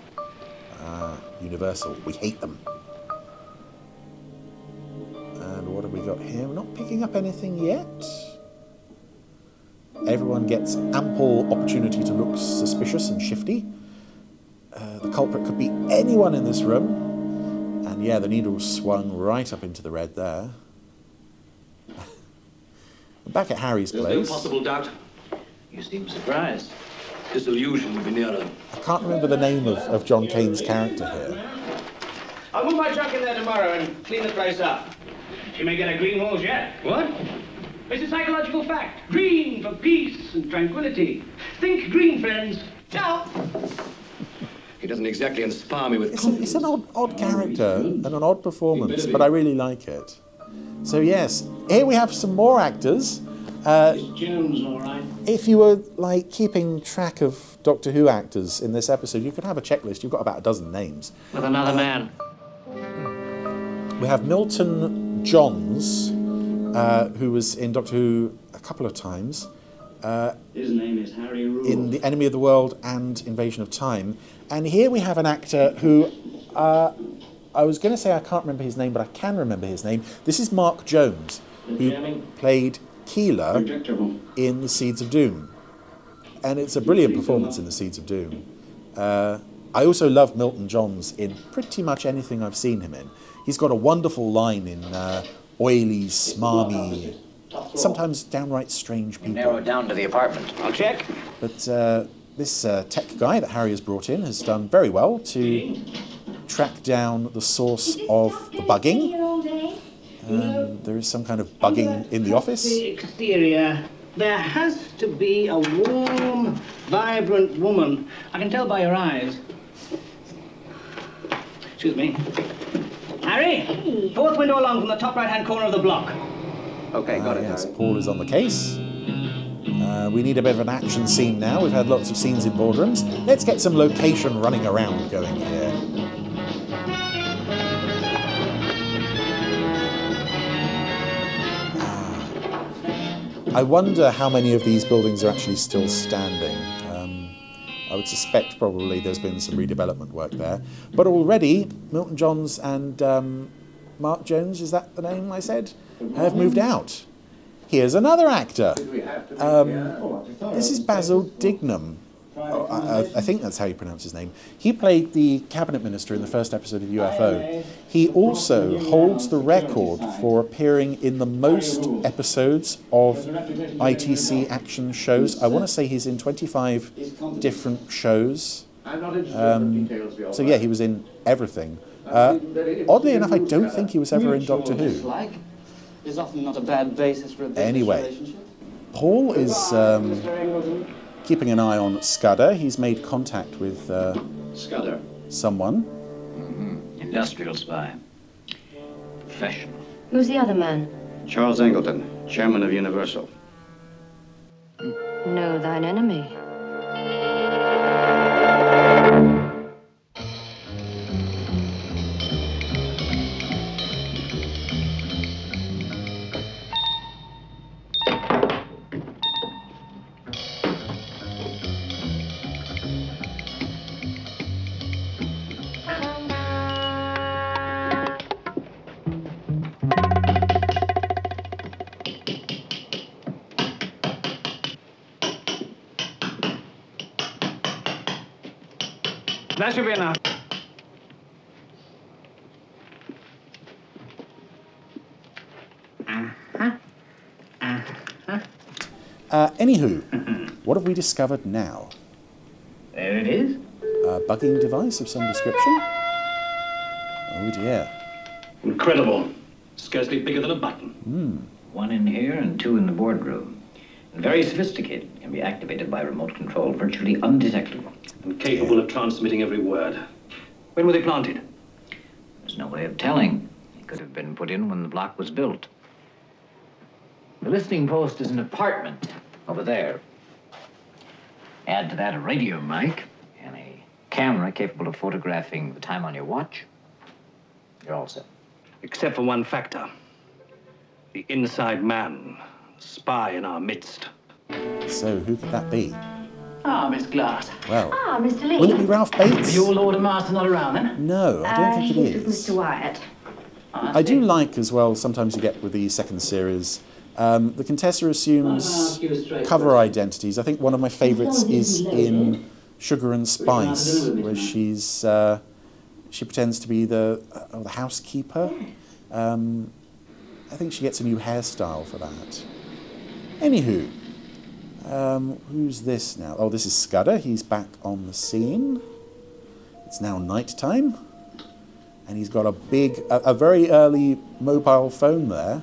Speaker 12: Ah, Universal. We hate them. And what have we got here? We're not picking up anything yet. Everyone gets ample opportunity to look suspicious and shifty. Uh, the culprit could be anyone in this room. And yeah, the needle swung right up into the red there. Back at Harry's place.
Speaker 13: doubt. You seem surprised. Disillusion would be nearer.
Speaker 12: I can't remember the name of, of John Kane's character here.
Speaker 14: I'll move my truck in there tomorrow and clean the place up. She may get a green walls yet. What? It's a psychological fact. Green for peace and tranquility. Think green, friends. Ciao.
Speaker 13: He doesn't exactly inspire me with
Speaker 12: It's, a, it's an odd, odd character and an odd performance, but I really like it. So yes, here we have some more actors. Uh,
Speaker 14: Jones, all right.
Speaker 12: if you were like keeping track of Doctor Who actors in this episode, you could have a checklist. You've got about a dozen names.
Speaker 14: With another man.
Speaker 12: We have Milton Johns, uh, who was in Doctor Who a couple of times. Uh,
Speaker 14: His name is Harry Rule.
Speaker 12: in The Enemy of the World and Invasion of Time. And here we have an actor who, uh, I was going to say I can't remember his name, but I can remember his name. This is Mark Jones, who played Keeler in The Seeds of Doom. And it's a brilliant performance in The Seeds of Doom. Uh, I also love Milton Johns in pretty much anything I've seen him in. He's got a wonderful line in uh, oily, smarmy, sometimes downright strange people.
Speaker 14: Narrowed down to the apartment. I'll check.
Speaker 12: But uh, this uh, tech guy that Harry has brought in has done very well to track down the source of the bugging. Um, there is some kind of bugging in the office.
Speaker 14: The exterior. There has to be a warm, vibrant woman. I can tell by your eyes. Excuse me. Harry, fourth window along from the top right-hand corner of the block. Okay,
Speaker 12: got it. Yes, Paul is on the case. Uh, we need a bit of an action scene now. We've had lots of scenes in boardrooms. Let's get some location running around going here. Ah. I wonder how many of these buildings are actually still standing. Um, I would suspect probably there's been some redevelopment work there. But already, Milton Johns and um, Mark Jones, is that the name I said? Have moved out. Here's another actor. Um, this is Basil Dignam. Oh, I, I- I think that's how you pronounce his name. He played the cabinet minister in the first episode of UFO. He also holds the record for appearing in the most episodes of ITC action shows. I want to say he's in 25 different shows. Um, so yeah, he was in everything. Uh, oddly enough, I don't think he was ever in Doctor Who.
Speaker 13: Dislike is often not a bad basis for a business
Speaker 12: Anyway,
Speaker 13: relationship.
Speaker 12: Paul is um,
Speaker 13: Mr. Ingleton.
Speaker 12: keeping an eye on Scudder. He's made contact with uh,
Speaker 13: Scudder.
Speaker 12: someone.
Speaker 13: Industrial spy. Professional.
Speaker 15: Who's the other man?
Speaker 13: Charles Angleton, chairman of Universal.
Speaker 15: Know thine enemy.
Speaker 13: That should be enough.
Speaker 12: Uh, anywho, what have we discovered now?
Speaker 13: There it is.
Speaker 12: A bugging device of some description? Oh dear.
Speaker 13: Incredible. Scarcely bigger than a button.
Speaker 12: Hmm.
Speaker 13: One in here and two in the boardroom. And very sophisticated, can be activated by remote control, virtually undetectable. And capable of transmitting every word. When were they planted? There's no way of telling. It could have been put in when the block was built. The listening post is an apartment over there. Add to that a radio mic and a camera capable of photographing the time on your watch. You're all set.
Speaker 14: Except for one factor the inside man, spy in our midst.
Speaker 12: So who could that be?
Speaker 13: Ah, Miss Glass.
Speaker 12: Well,
Speaker 15: Ah, Mr. Lee.
Speaker 12: will it be Ralph Bates?
Speaker 13: Your Lord of Master's not around then? Ah,
Speaker 12: No, I don't
Speaker 15: uh,
Speaker 12: think
Speaker 15: he's
Speaker 12: it
Speaker 15: with
Speaker 12: is.
Speaker 15: Mr. Wyatt.
Speaker 12: I do like as well. Sometimes you get with the second series. Um, the Contessa assumes
Speaker 13: Ah, I'll ask Uh, you a straight
Speaker 12: cover
Speaker 13: question.
Speaker 12: identities. I think one of my favourites
Speaker 13: Don't
Speaker 12: is
Speaker 13: even know
Speaker 12: in Sugar and Spice,
Speaker 13: Leonardo
Speaker 12: where she's uh, she pretends to be the uh, the housekeeper. Um, I think she gets a new hairstyle for that. Anywho, um, who's this now? Oh, this is Scudder. He's back on the scene. It's now night time and he's got a big, a, a very early mobile phone there.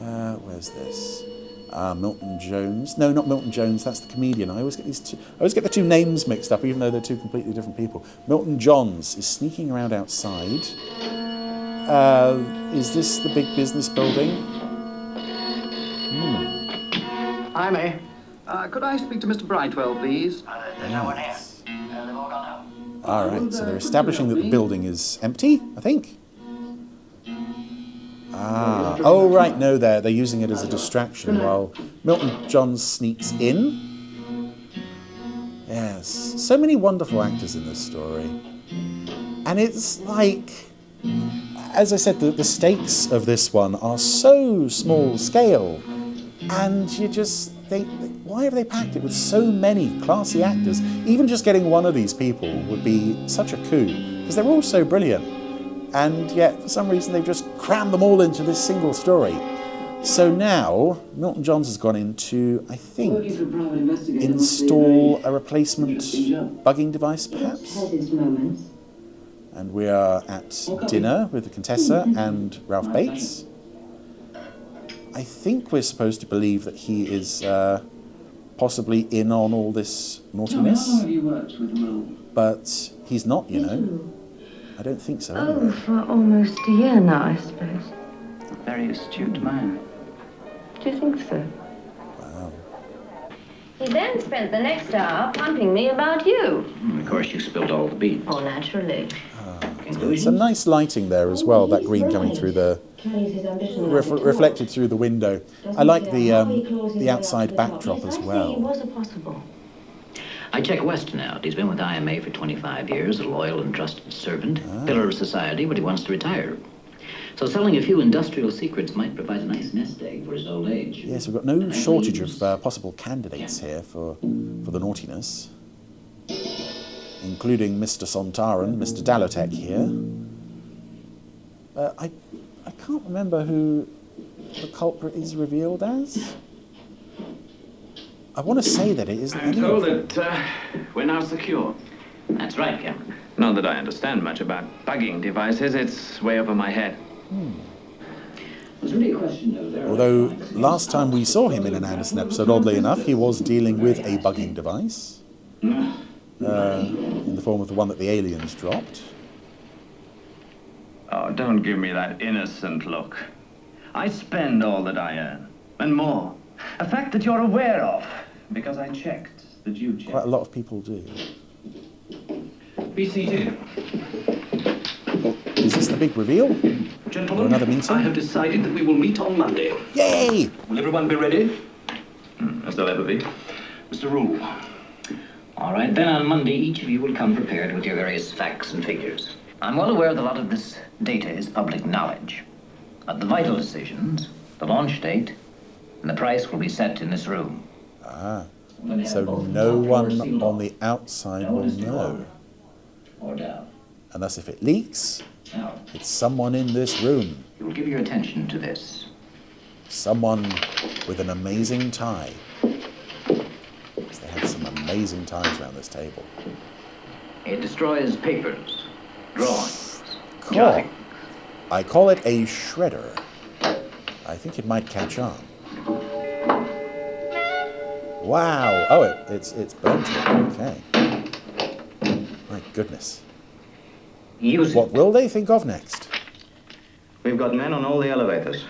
Speaker 12: Uh, where's this? Uh, Milton Jones. No, not Milton Jones. That's the comedian. I always get these. Two, I always get the two names mixed up, even though they're two completely different people. Milton Johns is sneaking around outside. Uh, is this the big business building? Hmm.
Speaker 13: I may. Uh, could I speak to Mr. Brightwell, please? Uh,
Speaker 12: there's no one here.
Speaker 13: Uh, they've all gone home.
Speaker 12: All right. So they're establishing that the building is empty. I think. Ah, oh right, no, there they're using it as a distraction while Milton John sneaks in. Yes, so many wonderful actors in this story, and it's like, as I said, the, the stakes of this one are so small scale, and you just think, why have they packed it with so many classy actors? Even just getting one of these people would be such a coup because they're all so brilliant and yet for some reason they've just crammed them all into this single story. So now Milton Johns has gone in to, I think, install a replacement bugging device, perhaps. And we are at dinner with the Contessa and Ralph Bates. I think we're supposed to believe that he is uh, possibly in on all this naughtiness,
Speaker 13: you worked with Will?
Speaker 12: but he's not, you know. I don't think so.
Speaker 15: Oh, for almost a year now, I suppose.
Speaker 13: Very astute man.
Speaker 15: Do you think so? He then spent the next hour pumping me about you.
Speaker 13: And of course, you spilled all the beans.
Speaker 15: Oh, naturally.
Speaker 12: Some nice lighting there as well. That green coming through the
Speaker 15: Carries his ambition.
Speaker 12: ref- reflected through the window. I like the um, the outside backdrop as
Speaker 15: It
Speaker 12: well.
Speaker 15: was a possible.
Speaker 13: I check Weston out. He's been with IMA for 25 years, a loyal and trusted servant, pillar of society, but he wants to retire. So selling a few industrial secrets might provide a nice nest egg for his old age.
Speaker 12: Yes, we've got no shortage of uh, possible candidates here for for the naughtiness, including Mr. Sontaran, Mr. Dalotek here. Uh, I I can't remember who the culprit is revealed as. I want to say that it isn't.
Speaker 13: I'm
Speaker 12: any of
Speaker 13: told
Speaker 12: them.
Speaker 13: that uh, we're now secure. That's right, Captain. Not that I understand much about bugging devices. It's way over my head. There's really a question, though, there.
Speaker 12: Although last time we saw him in an Anderson episode, oddly enough, he was dealing with a bugging device. uh, in the form of the one that the aliens dropped.
Speaker 13: Oh, don't give me that innocent look. I spend all that I earn, and more. A fact that you're aware of, because I checked that you checked.
Speaker 12: Quite a lot of people do.
Speaker 13: Be seated.
Speaker 12: Is this the big reveal?
Speaker 13: Gentlemen,
Speaker 12: Another meeting?
Speaker 13: I have decided that we will meet on Monday.
Speaker 12: Yay!
Speaker 13: Will everyone be ready? Hmm, As they'll ever be. Mr. Rule. All right, then on Monday, each of you will come prepared with your various facts and figures. I'm well aware that a lot of this data is public knowledge. But the vital decisions, the launch date, and the price will be set in this room.
Speaker 12: Ah. So no one on the outside will know.
Speaker 13: Or down.
Speaker 12: Unless if it leaks,
Speaker 13: Now,
Speaker 12: it's someone in this room.
Speaker 13: you will give your attention to this.
Speaker 12: Someone with an amazing tie. 'Cause They have some amazing ties around this table.
Speaker 13: It destroys papers, drawings.
Speaker 12: Cool. I call it a shredder. I think it might catch on. Wow. Oh, it, it's it's burnt. it. Okay. My goodness. what will they think of next?
Speaker 16: We've got men on all the elevators.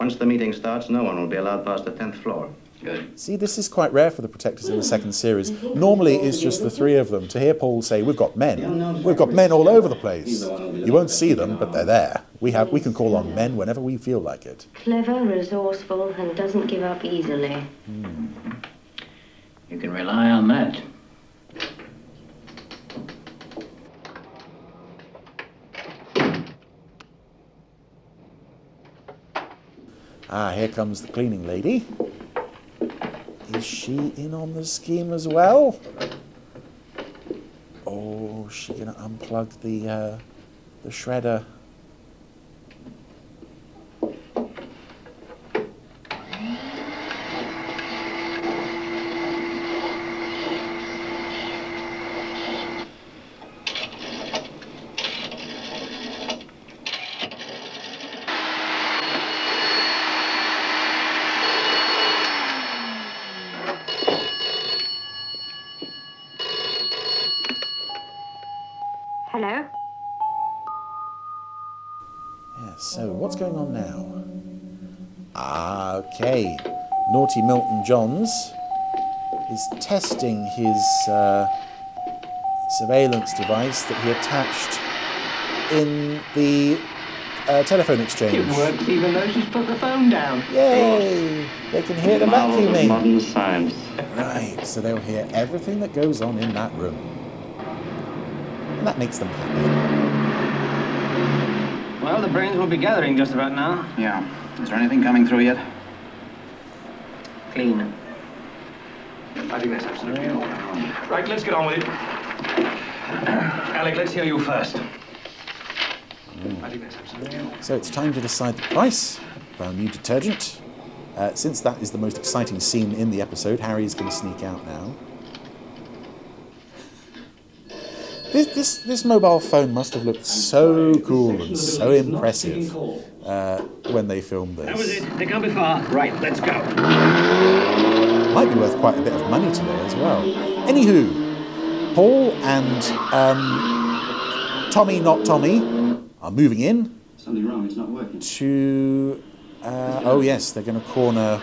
Speaker 16: Once the meeting starts, no one will be allowed past the 10th floor. Good.
Speaker 12: See, this is quite rare for the Protectors in the second series. Normally, it's just the three of them. To hear Paul say, "We've got men. We've got men all over the place." You won't see them, but they're there. We have. We can call on men whenever we feel like it.
Speaker 15: Clever, resourceful, and doesn't give up easily.
Speaker 13: You can rely on that.
Speaker 12: Ah, here comes the cleaning lady. Is she in on the scheme as well? Oh, is she gonna unplug the uh, the shredder.
Speaker 15: Hello?
Speaker 12: Yeah, so what's going on now? Ah, okay. Naughty Milton Johns is testing his uh, surveillance device that he attached in the uh, telephone exchange.
Speaker 17: It works even though she's put the phone down.
Speaker 12: Yay! They can hear the
Speaker 17: Marvels of
Speaker 12: vacuuming.
Speaker 17: modern
Speaker 12: science. Right, so they'll hear everything that goes on in that room. And that makes them
Speaker 16: Well, the brains will be gathering just about now. Yeah. Is there anything coming through yet? Clean.
Speaker 13: I think that's absolutely all. Right, let's get on with it. Alec, let's hear you first. I think that's absolutely all.
Speaker 12: So it's time to decide the price for our new detergent. Uh, since that is the most exciting scene in the episode, Harry's going to sneak out now. This, this, this mobile phone must have looked so cool and so impressive uh, when they filmed
Speaker 14: That was
Speaker 12: this.
Speaker 14: it. They can't be far. Right, let's go.
Speaker 12: Might be worth quite a bit of money today as well. Anywho, Paul and um, Tommy, not Tommy, are moving in
Speaker 13: Something wrong, it's not working.
Speaker 12: to. Uh, oh, yes, they're going to corner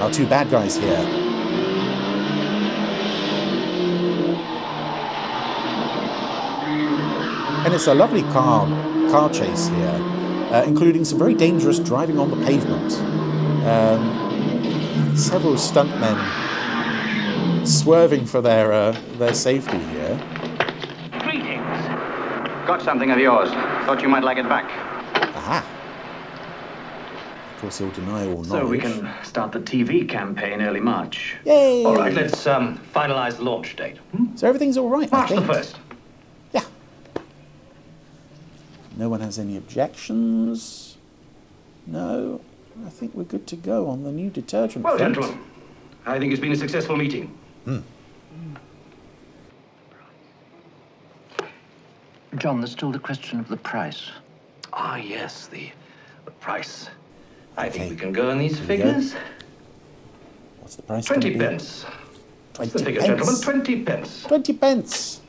Speaker 12: our two bad guys here. And it's a lovely car, car chase here, uh, including some very dangerous driving on the pavement. Um, several stuntmen swerving for their, uh, their safety here.
Speaker 16: Got something of yours. Thought you might like it back.
Speaker 12: Aha! Of course, he'll deny all knowledge.
Speaker 13: So we can start the TV campaign early March.
Speaker 12: Yay!
Speaker 13: All right, let's um, finalize the launch date.
Speaker 12: So everything's all right.
Speaker 13: March
Speaker 12: I
Speaker 13: the
Speaker 12: think.
Speaker 13: first.
Speaker 12: No one has any objections. No, I think we're good to go on the new detergent.
Speaker 13: Well,
Speaker 12: front.
Speaker 13: gentlemen, I think it's been a successful meeting.
Speaker 12: Hmm.
Speaker 13: John, there's still the question of the price. Ah, yes, the, the price. I think we can go on these
Speaker 12: we go.
Speaker 13: figures.
Speaker 12: What's the price?
Speaker 13: 20
Speaker 12: gonna be?
Speaker 13: pence.
Speaker 12: 20
Speaker 16: The figure,
Speaker 12: pence.
Speaker 16: gentlemen, 20 pence.
Speaker 12: 20 pence.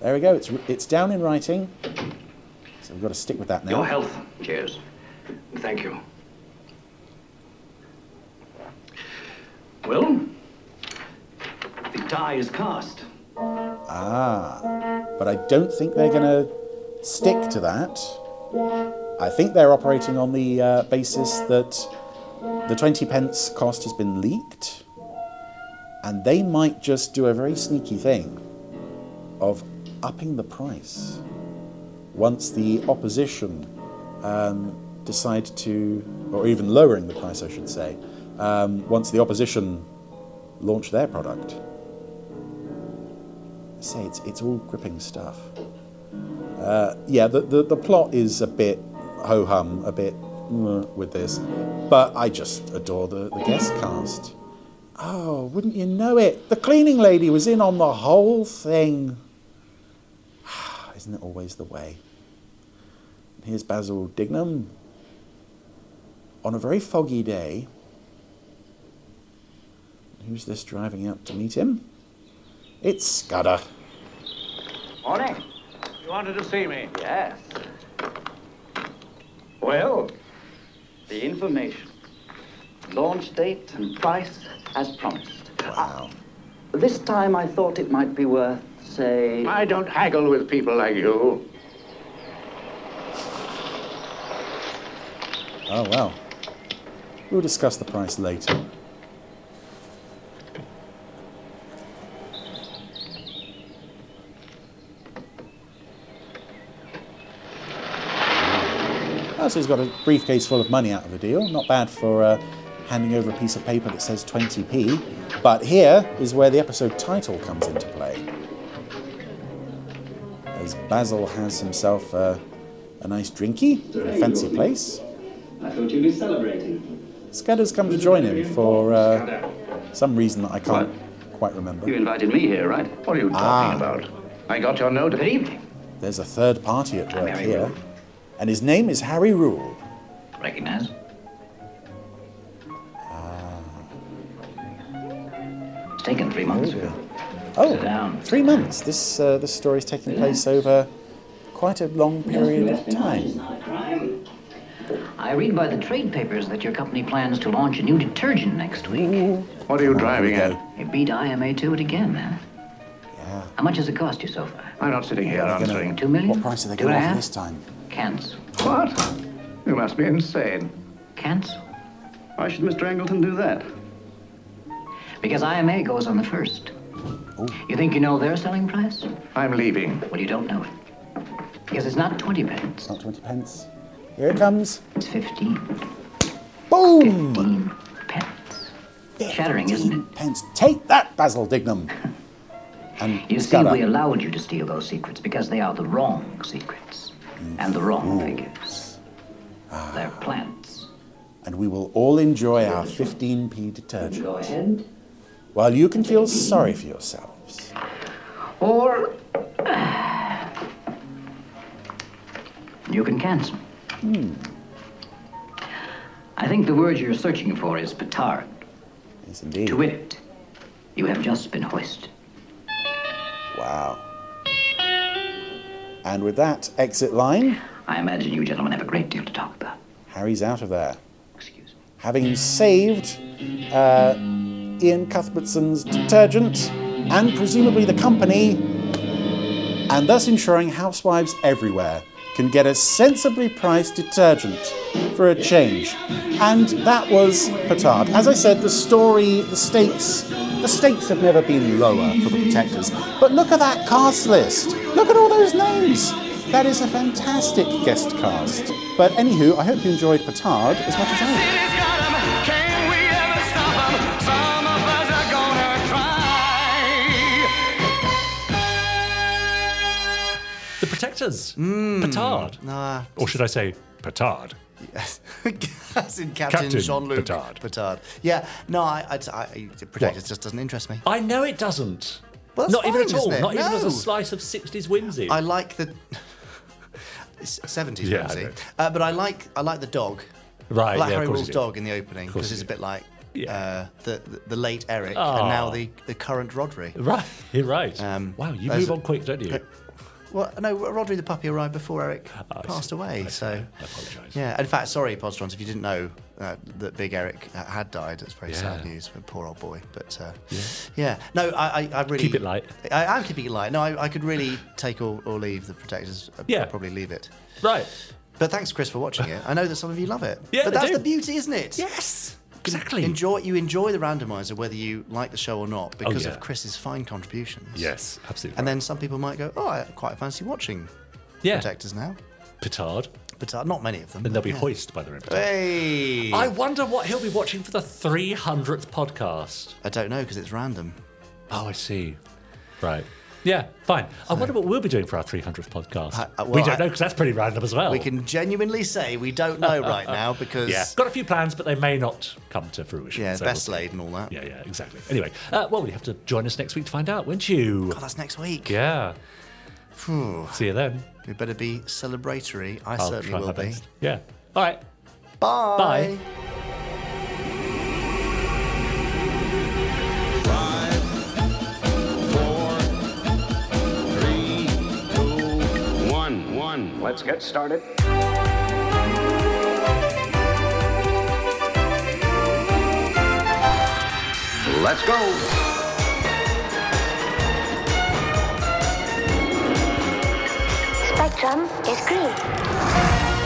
Speaker 12: There we go. It's, it's down in writing. So we've got to stick with that now.
Speaker 16: Your health. Cheers. Thank you. Well, the die is cast.
Speaker 12: Ah. But I don't think they're going to stick to that. I think they're operating on the uh, basis that the 20 pence cost has been leaked. And they might just do a very sneaky thing of upping the price once the opposition um, decide to, or even lowering the price, I should say, um, once the opposition launch their product. I say it's it's all gripping stuff. Uh, yeah, the, the the plot is a bit ho hum, a bit mm, with this, but I just adore the, the guest cast. Oh, wouldn't you know it? The cleaning lady was in on the whole thing. Isn't it always the way? Here's Basil Dignam. On a very foggy day, who's this driving out to meet him? It's Scudder.
Speaker 13: Morning.
Speaker 14: You wanted to see me?
Speaker 13: Yes. Well, the information, launch date, and price as promised. Wow. this time I thought it might be worth, say.
Speaker 18: I don't haggle with people like you.
Speaker 12: Oh, well. We'll discuss the price later. Oh, so he's got a briefcase full of money out of the deal. Not bad for uh, handing over a piece of paper that says 20p. But here is where the episode title comes into play. As Basil has himself uh, a nice drinky in a fancy place.
Speaker 13: I thought you'd be celebrating.
Speaker 12: Scudder's come to join him for uh, some reason that I can't quite remember. Ah,
Speaker 16: You invited me here, right? What are you talking Ah, about? I got your note. Good evening.
Speaker 12: There's a third party at work
Speaker 16: Harry
Speaker 12: here, and his name is Harry Rule.
Speaker 16: Recognize? It's taken three months ago.
Speaker 12: Oh, three months. This uh, this story is taking place over quite a long period of time.
Speaker 13: Crime. I read by the trade papers that your company plans to launch a new detergent next week.
Speaker 16: What are you driving at?
Speaker 13: You beat IMA to it again, huh?
Speaker 12: Yeah.
Speaker 13: How much has it cost you so far?
Speaker 16: I'm not sitting here answering.
Speaker 13: Two million?
Speaker 12: What price are they
Speaker 13: Two
Speaker 12: going to
Speaker 13: and a
Speaker 12: offer
Speaker 13: half?
Speaker 12: this time?
Speaker 13: Cans.
Speaker 16: What? You must be insane.
Speaker 13: Cans?
Speaker 16: Why should Mr. Angleton do that?
Speaker 13: Because IMA goes on the first. You think you know their selling price?
Speaker 16: I'm leaving.
Speaker 13: Well, you don't know it. Because it's not 20 pence. It's
Speaker 12: not 20 pence. Here it comes.
Speaker 13: It's 15.
Speaker 12: Boom!
Speaker 13: Shattering, isn't it?
Speaker 12: Pence. Take that, Basil Dignam. And
Speaker 13: You see,
Speaker 12: Scudder.
Speaker 13: we allowed you to steal those secrets because they are the wrong secrets and the wrong figures.
Speaker 16: Ah.
Speaker 13: They're plants.
Speaker 12: and we will all enjoy our 15p detergent.
Speaker 13: Go ahead.
Speaker 12: While you can feel sorry for yourselves.
Speaker 13: Or. You can cancel.
Speaker 16: Hmm.
Speaker 13: I think the word you're searching for is petard.
Speaker 12: Yes, indeed.
Speaker 13: To wit, you have just been hoisted.
Speaker 12: Wow. And with that exit line,
Speaker 13: I imagine you gentlemen have a great deal to talk about.
Speaker 12: Harry's out of there. Excuse me. Having saved uh, Ian Cuthbertson's detergent and presumably the company, and thus ensuring housewives everywhere can get a sensibly priced detergent for a change. And that was Petard. As I said, the story, the stakes, the stakes have never been lower for the Protectors. But look at that cast list. Look at all those names. That is a fantastic guest cast. But anywho, I hope you enjoyed Petard as much as I did.
Speaker 1: The Protectors. Petard.
Speaker 2: Hmm. Nah.
Speaker 1: Or should I say, Petard?
Speaker 2: Yes. As in Captain,
Speaker 1: Captain
Speaker 2: Jean-Luc
Speaker 1: Petard.
Speaker 2: Yeah, no, I, I, I, I Protectors just doesn't interest me.
Speaker 1: I know it doesn't.
Speaker 2: Well, that's
Speaker 1: not even
Speaker 2: fine,
Speaker 1: at all.
Speaker 2: isn't it?
Speaker 1: Not even as
Speaker 2: No.
Speaker 1: a slice of 60s whimsy.
Speaker 2: I like the It's 70s
Speaker 1: Yeah, I
Speaker 2: whimsy.
Speaker 1: know.
Speaker 2: Uh, but I like I like the dog.
Speaker 1: Right,
Speaker 2: I like
Speaker 1: yeah, of
Speaker 2: Harry
Speaker 1: course you
Speaker 2: Rule's
Speaker 1: do.
Speaker 2: dog in the opening
Speaker 1: Of course
Speaker 2: because
Speaker 1: you
Speaker 2: it's a
Speaker 1: do.
Speaker 2: bit like uh, the, the the late Eric,
Speaker 1: Ah.
Speaker 2: and now the, the current Rodri.
Speaker 1: Right, you're right. wow, you
Speaker 2: Um, there's-
Speaker 1: move on quick, don't you?
Speaker 2: Well, no, Rodri the puppy arrived before Eric
Speaker 1: Oh,
Speaker 2: passed away. so, I
Speaker 1: apologise.
Speaker 2: Yeah, in fact, sorry, Podstrons, if you didn't know uh, that Big Eric uh, had died. That's very sad
Speaker 1: Yeah.
Speaker 2: news. But poor old boy. But uh,
Speaker 1: Yeah.
Speaker 2: yeah. no, I, I, I really
Speaker 1: Keep it light.
Speaker 2: I, I'm keeping it light. No, I, I could really take or, or leave the protectors. I'd
Speaker 1: Yeah.
Speaker 2: probably leave it.
Speaker 1: Right.
Speaker 2: But thanks, Chris, for watching it. I know that some of you love it.
Speaker 1: Yeah,
Speaker 2: but
Speaker 1: they
Speaker 2: that's
Speaker 1: do.
Speaker 2: the beauty, isn't it?
Speaker 1: Yes, exactly.
Speaker 2: Enjoy you enjoy the randomizer whether you like the show or not because
Speaker 1: Oh, yeah.
Speaker 2: of Chris's fine contributions.
Speaker 1: Yes, absolutely.
Speaker 2: And then some people might go, oh, I quite fancy watching
Speaker 1: Yeah.
Speaker 2: Protectors now.
Speaker 1: Petard.
Speaker 2: Petard, not many of them.
Speaker 1: Then they'll be
Speaker 2: yeah.
Speaker 1: hoist by the river.
Speaker 2: Hey!
Speaker 1: I wonder what he'll be watching for the 300th podcast.
Speaker 2: I don't know because it's random.
Speaker 1: Oh, I see. Right. Yeah, fine. I wonder what we'll be doing for our 300th podcast.
Speaker 2: Uh, uh,
Speaker 1: we
Speaker 2: well,
Speaker 1: don't
Speaker 2: I-
Speaker 1: know because that's pretty random as well.
Speaker 2: We can genuinely say we don't know right now because
Speaker 1: yeah, got a few plans, but they may not come to fruition.
Speaker 2: Yeah, best
Speaker 1: we'll see.
Speaker 2: laid and all that.
Speaker 1: Yeah, yeah, exactly. Anyway, uh, well, you have to join us next week to find out, won't you?
Speaker 2: God, Oh, that's next week.
Speaker 1: Yeah.
Speaker 2: Phew.
Speaker 1: See you then.
Speaker 2: We better be celebratory. I
Speaker 1: I'll
Speaker 2: certainly
Speaker 1: try my
Speaker 2: will be.
Speaker 1: best. Yeah. All right.
Speaker 2: Bye.
Speaker 1: Bye.
Speaker 18: One, one. Let's get started.
Speaker 16: Let's go.
Speaker 15: Spectrum is green.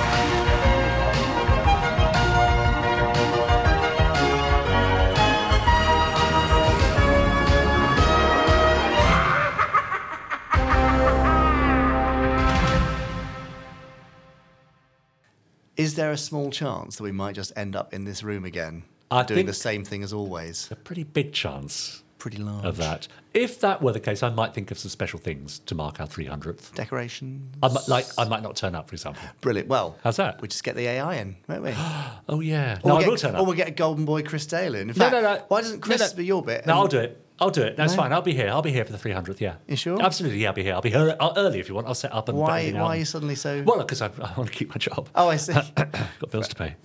Speaker 2: Is there a small chance that we might just end up in this room again,
Speaker 1: I
Speaker 2: doing the
Speaker 1: think-
Speaker 2: same thing as always?
Speaker 1: A pretty big chance
Speaker 2: Pretty large.
Speaker 1: of that. If that were the case, I might think of some special things to mark our 300th.
Speaker 2: Decoration.
Speaker 1: I might, like, I might not turn up, for example.
Speaker 2: Brilliant. Well,
Speaker 1: Uh, How's that?
Speaker 2: we just get the AI in, won't we?
Speaker 1: Oh, yeah.
Speaker 2: Or
Speaker 1: no,
Speaker 2: we'll
Speaker 1: I
Speaker 2: get,
Speaker 1: will turn
Speaker 2: Or
Speaker 1: up.
Speaker 2: we'll get a golden boy Chris Dale in. In
Speaker 1: No,
Speaker 2: fact,
Speaker 1: no, no.
Speaker 2: why doesn't
Speaker 1: No, no.
Speaker 2: Chris be your bit?
Speaker 1: No,
Speaker 2: and-
Speaker 1: I'll do it. I'll do it. No, it's
Speaker 2: No?
Speaker 1: fine. I'll be here. I'll be here for the 300th, yeah.
Speaker 2: You sure?
Speaker 1: Absolutely, yeah, I'll be here. I'll be here uh, early if you want. I'll set up and
Speaker 2: Why,
Speaker 1: everything
Speaker 2: why are
Speaker 1: out.
Speaker 2: you suddenly so.
Speaker 1: Well, because I, I want to keep my job.
Speaker 2: Oh, I see.
Speaker 1: Got bills to pay.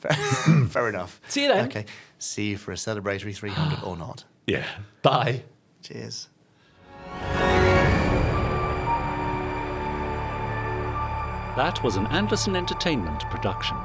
Speaker 2: Fair enough.
Speaker 1: See you then.
Speaker 2: Okay. See you for a celebratory 300 or not.
Speaker 1: Yeah. Bye.
Speaker 2: Cheers.
Speaker 1: That was an Anderson Entertainment production.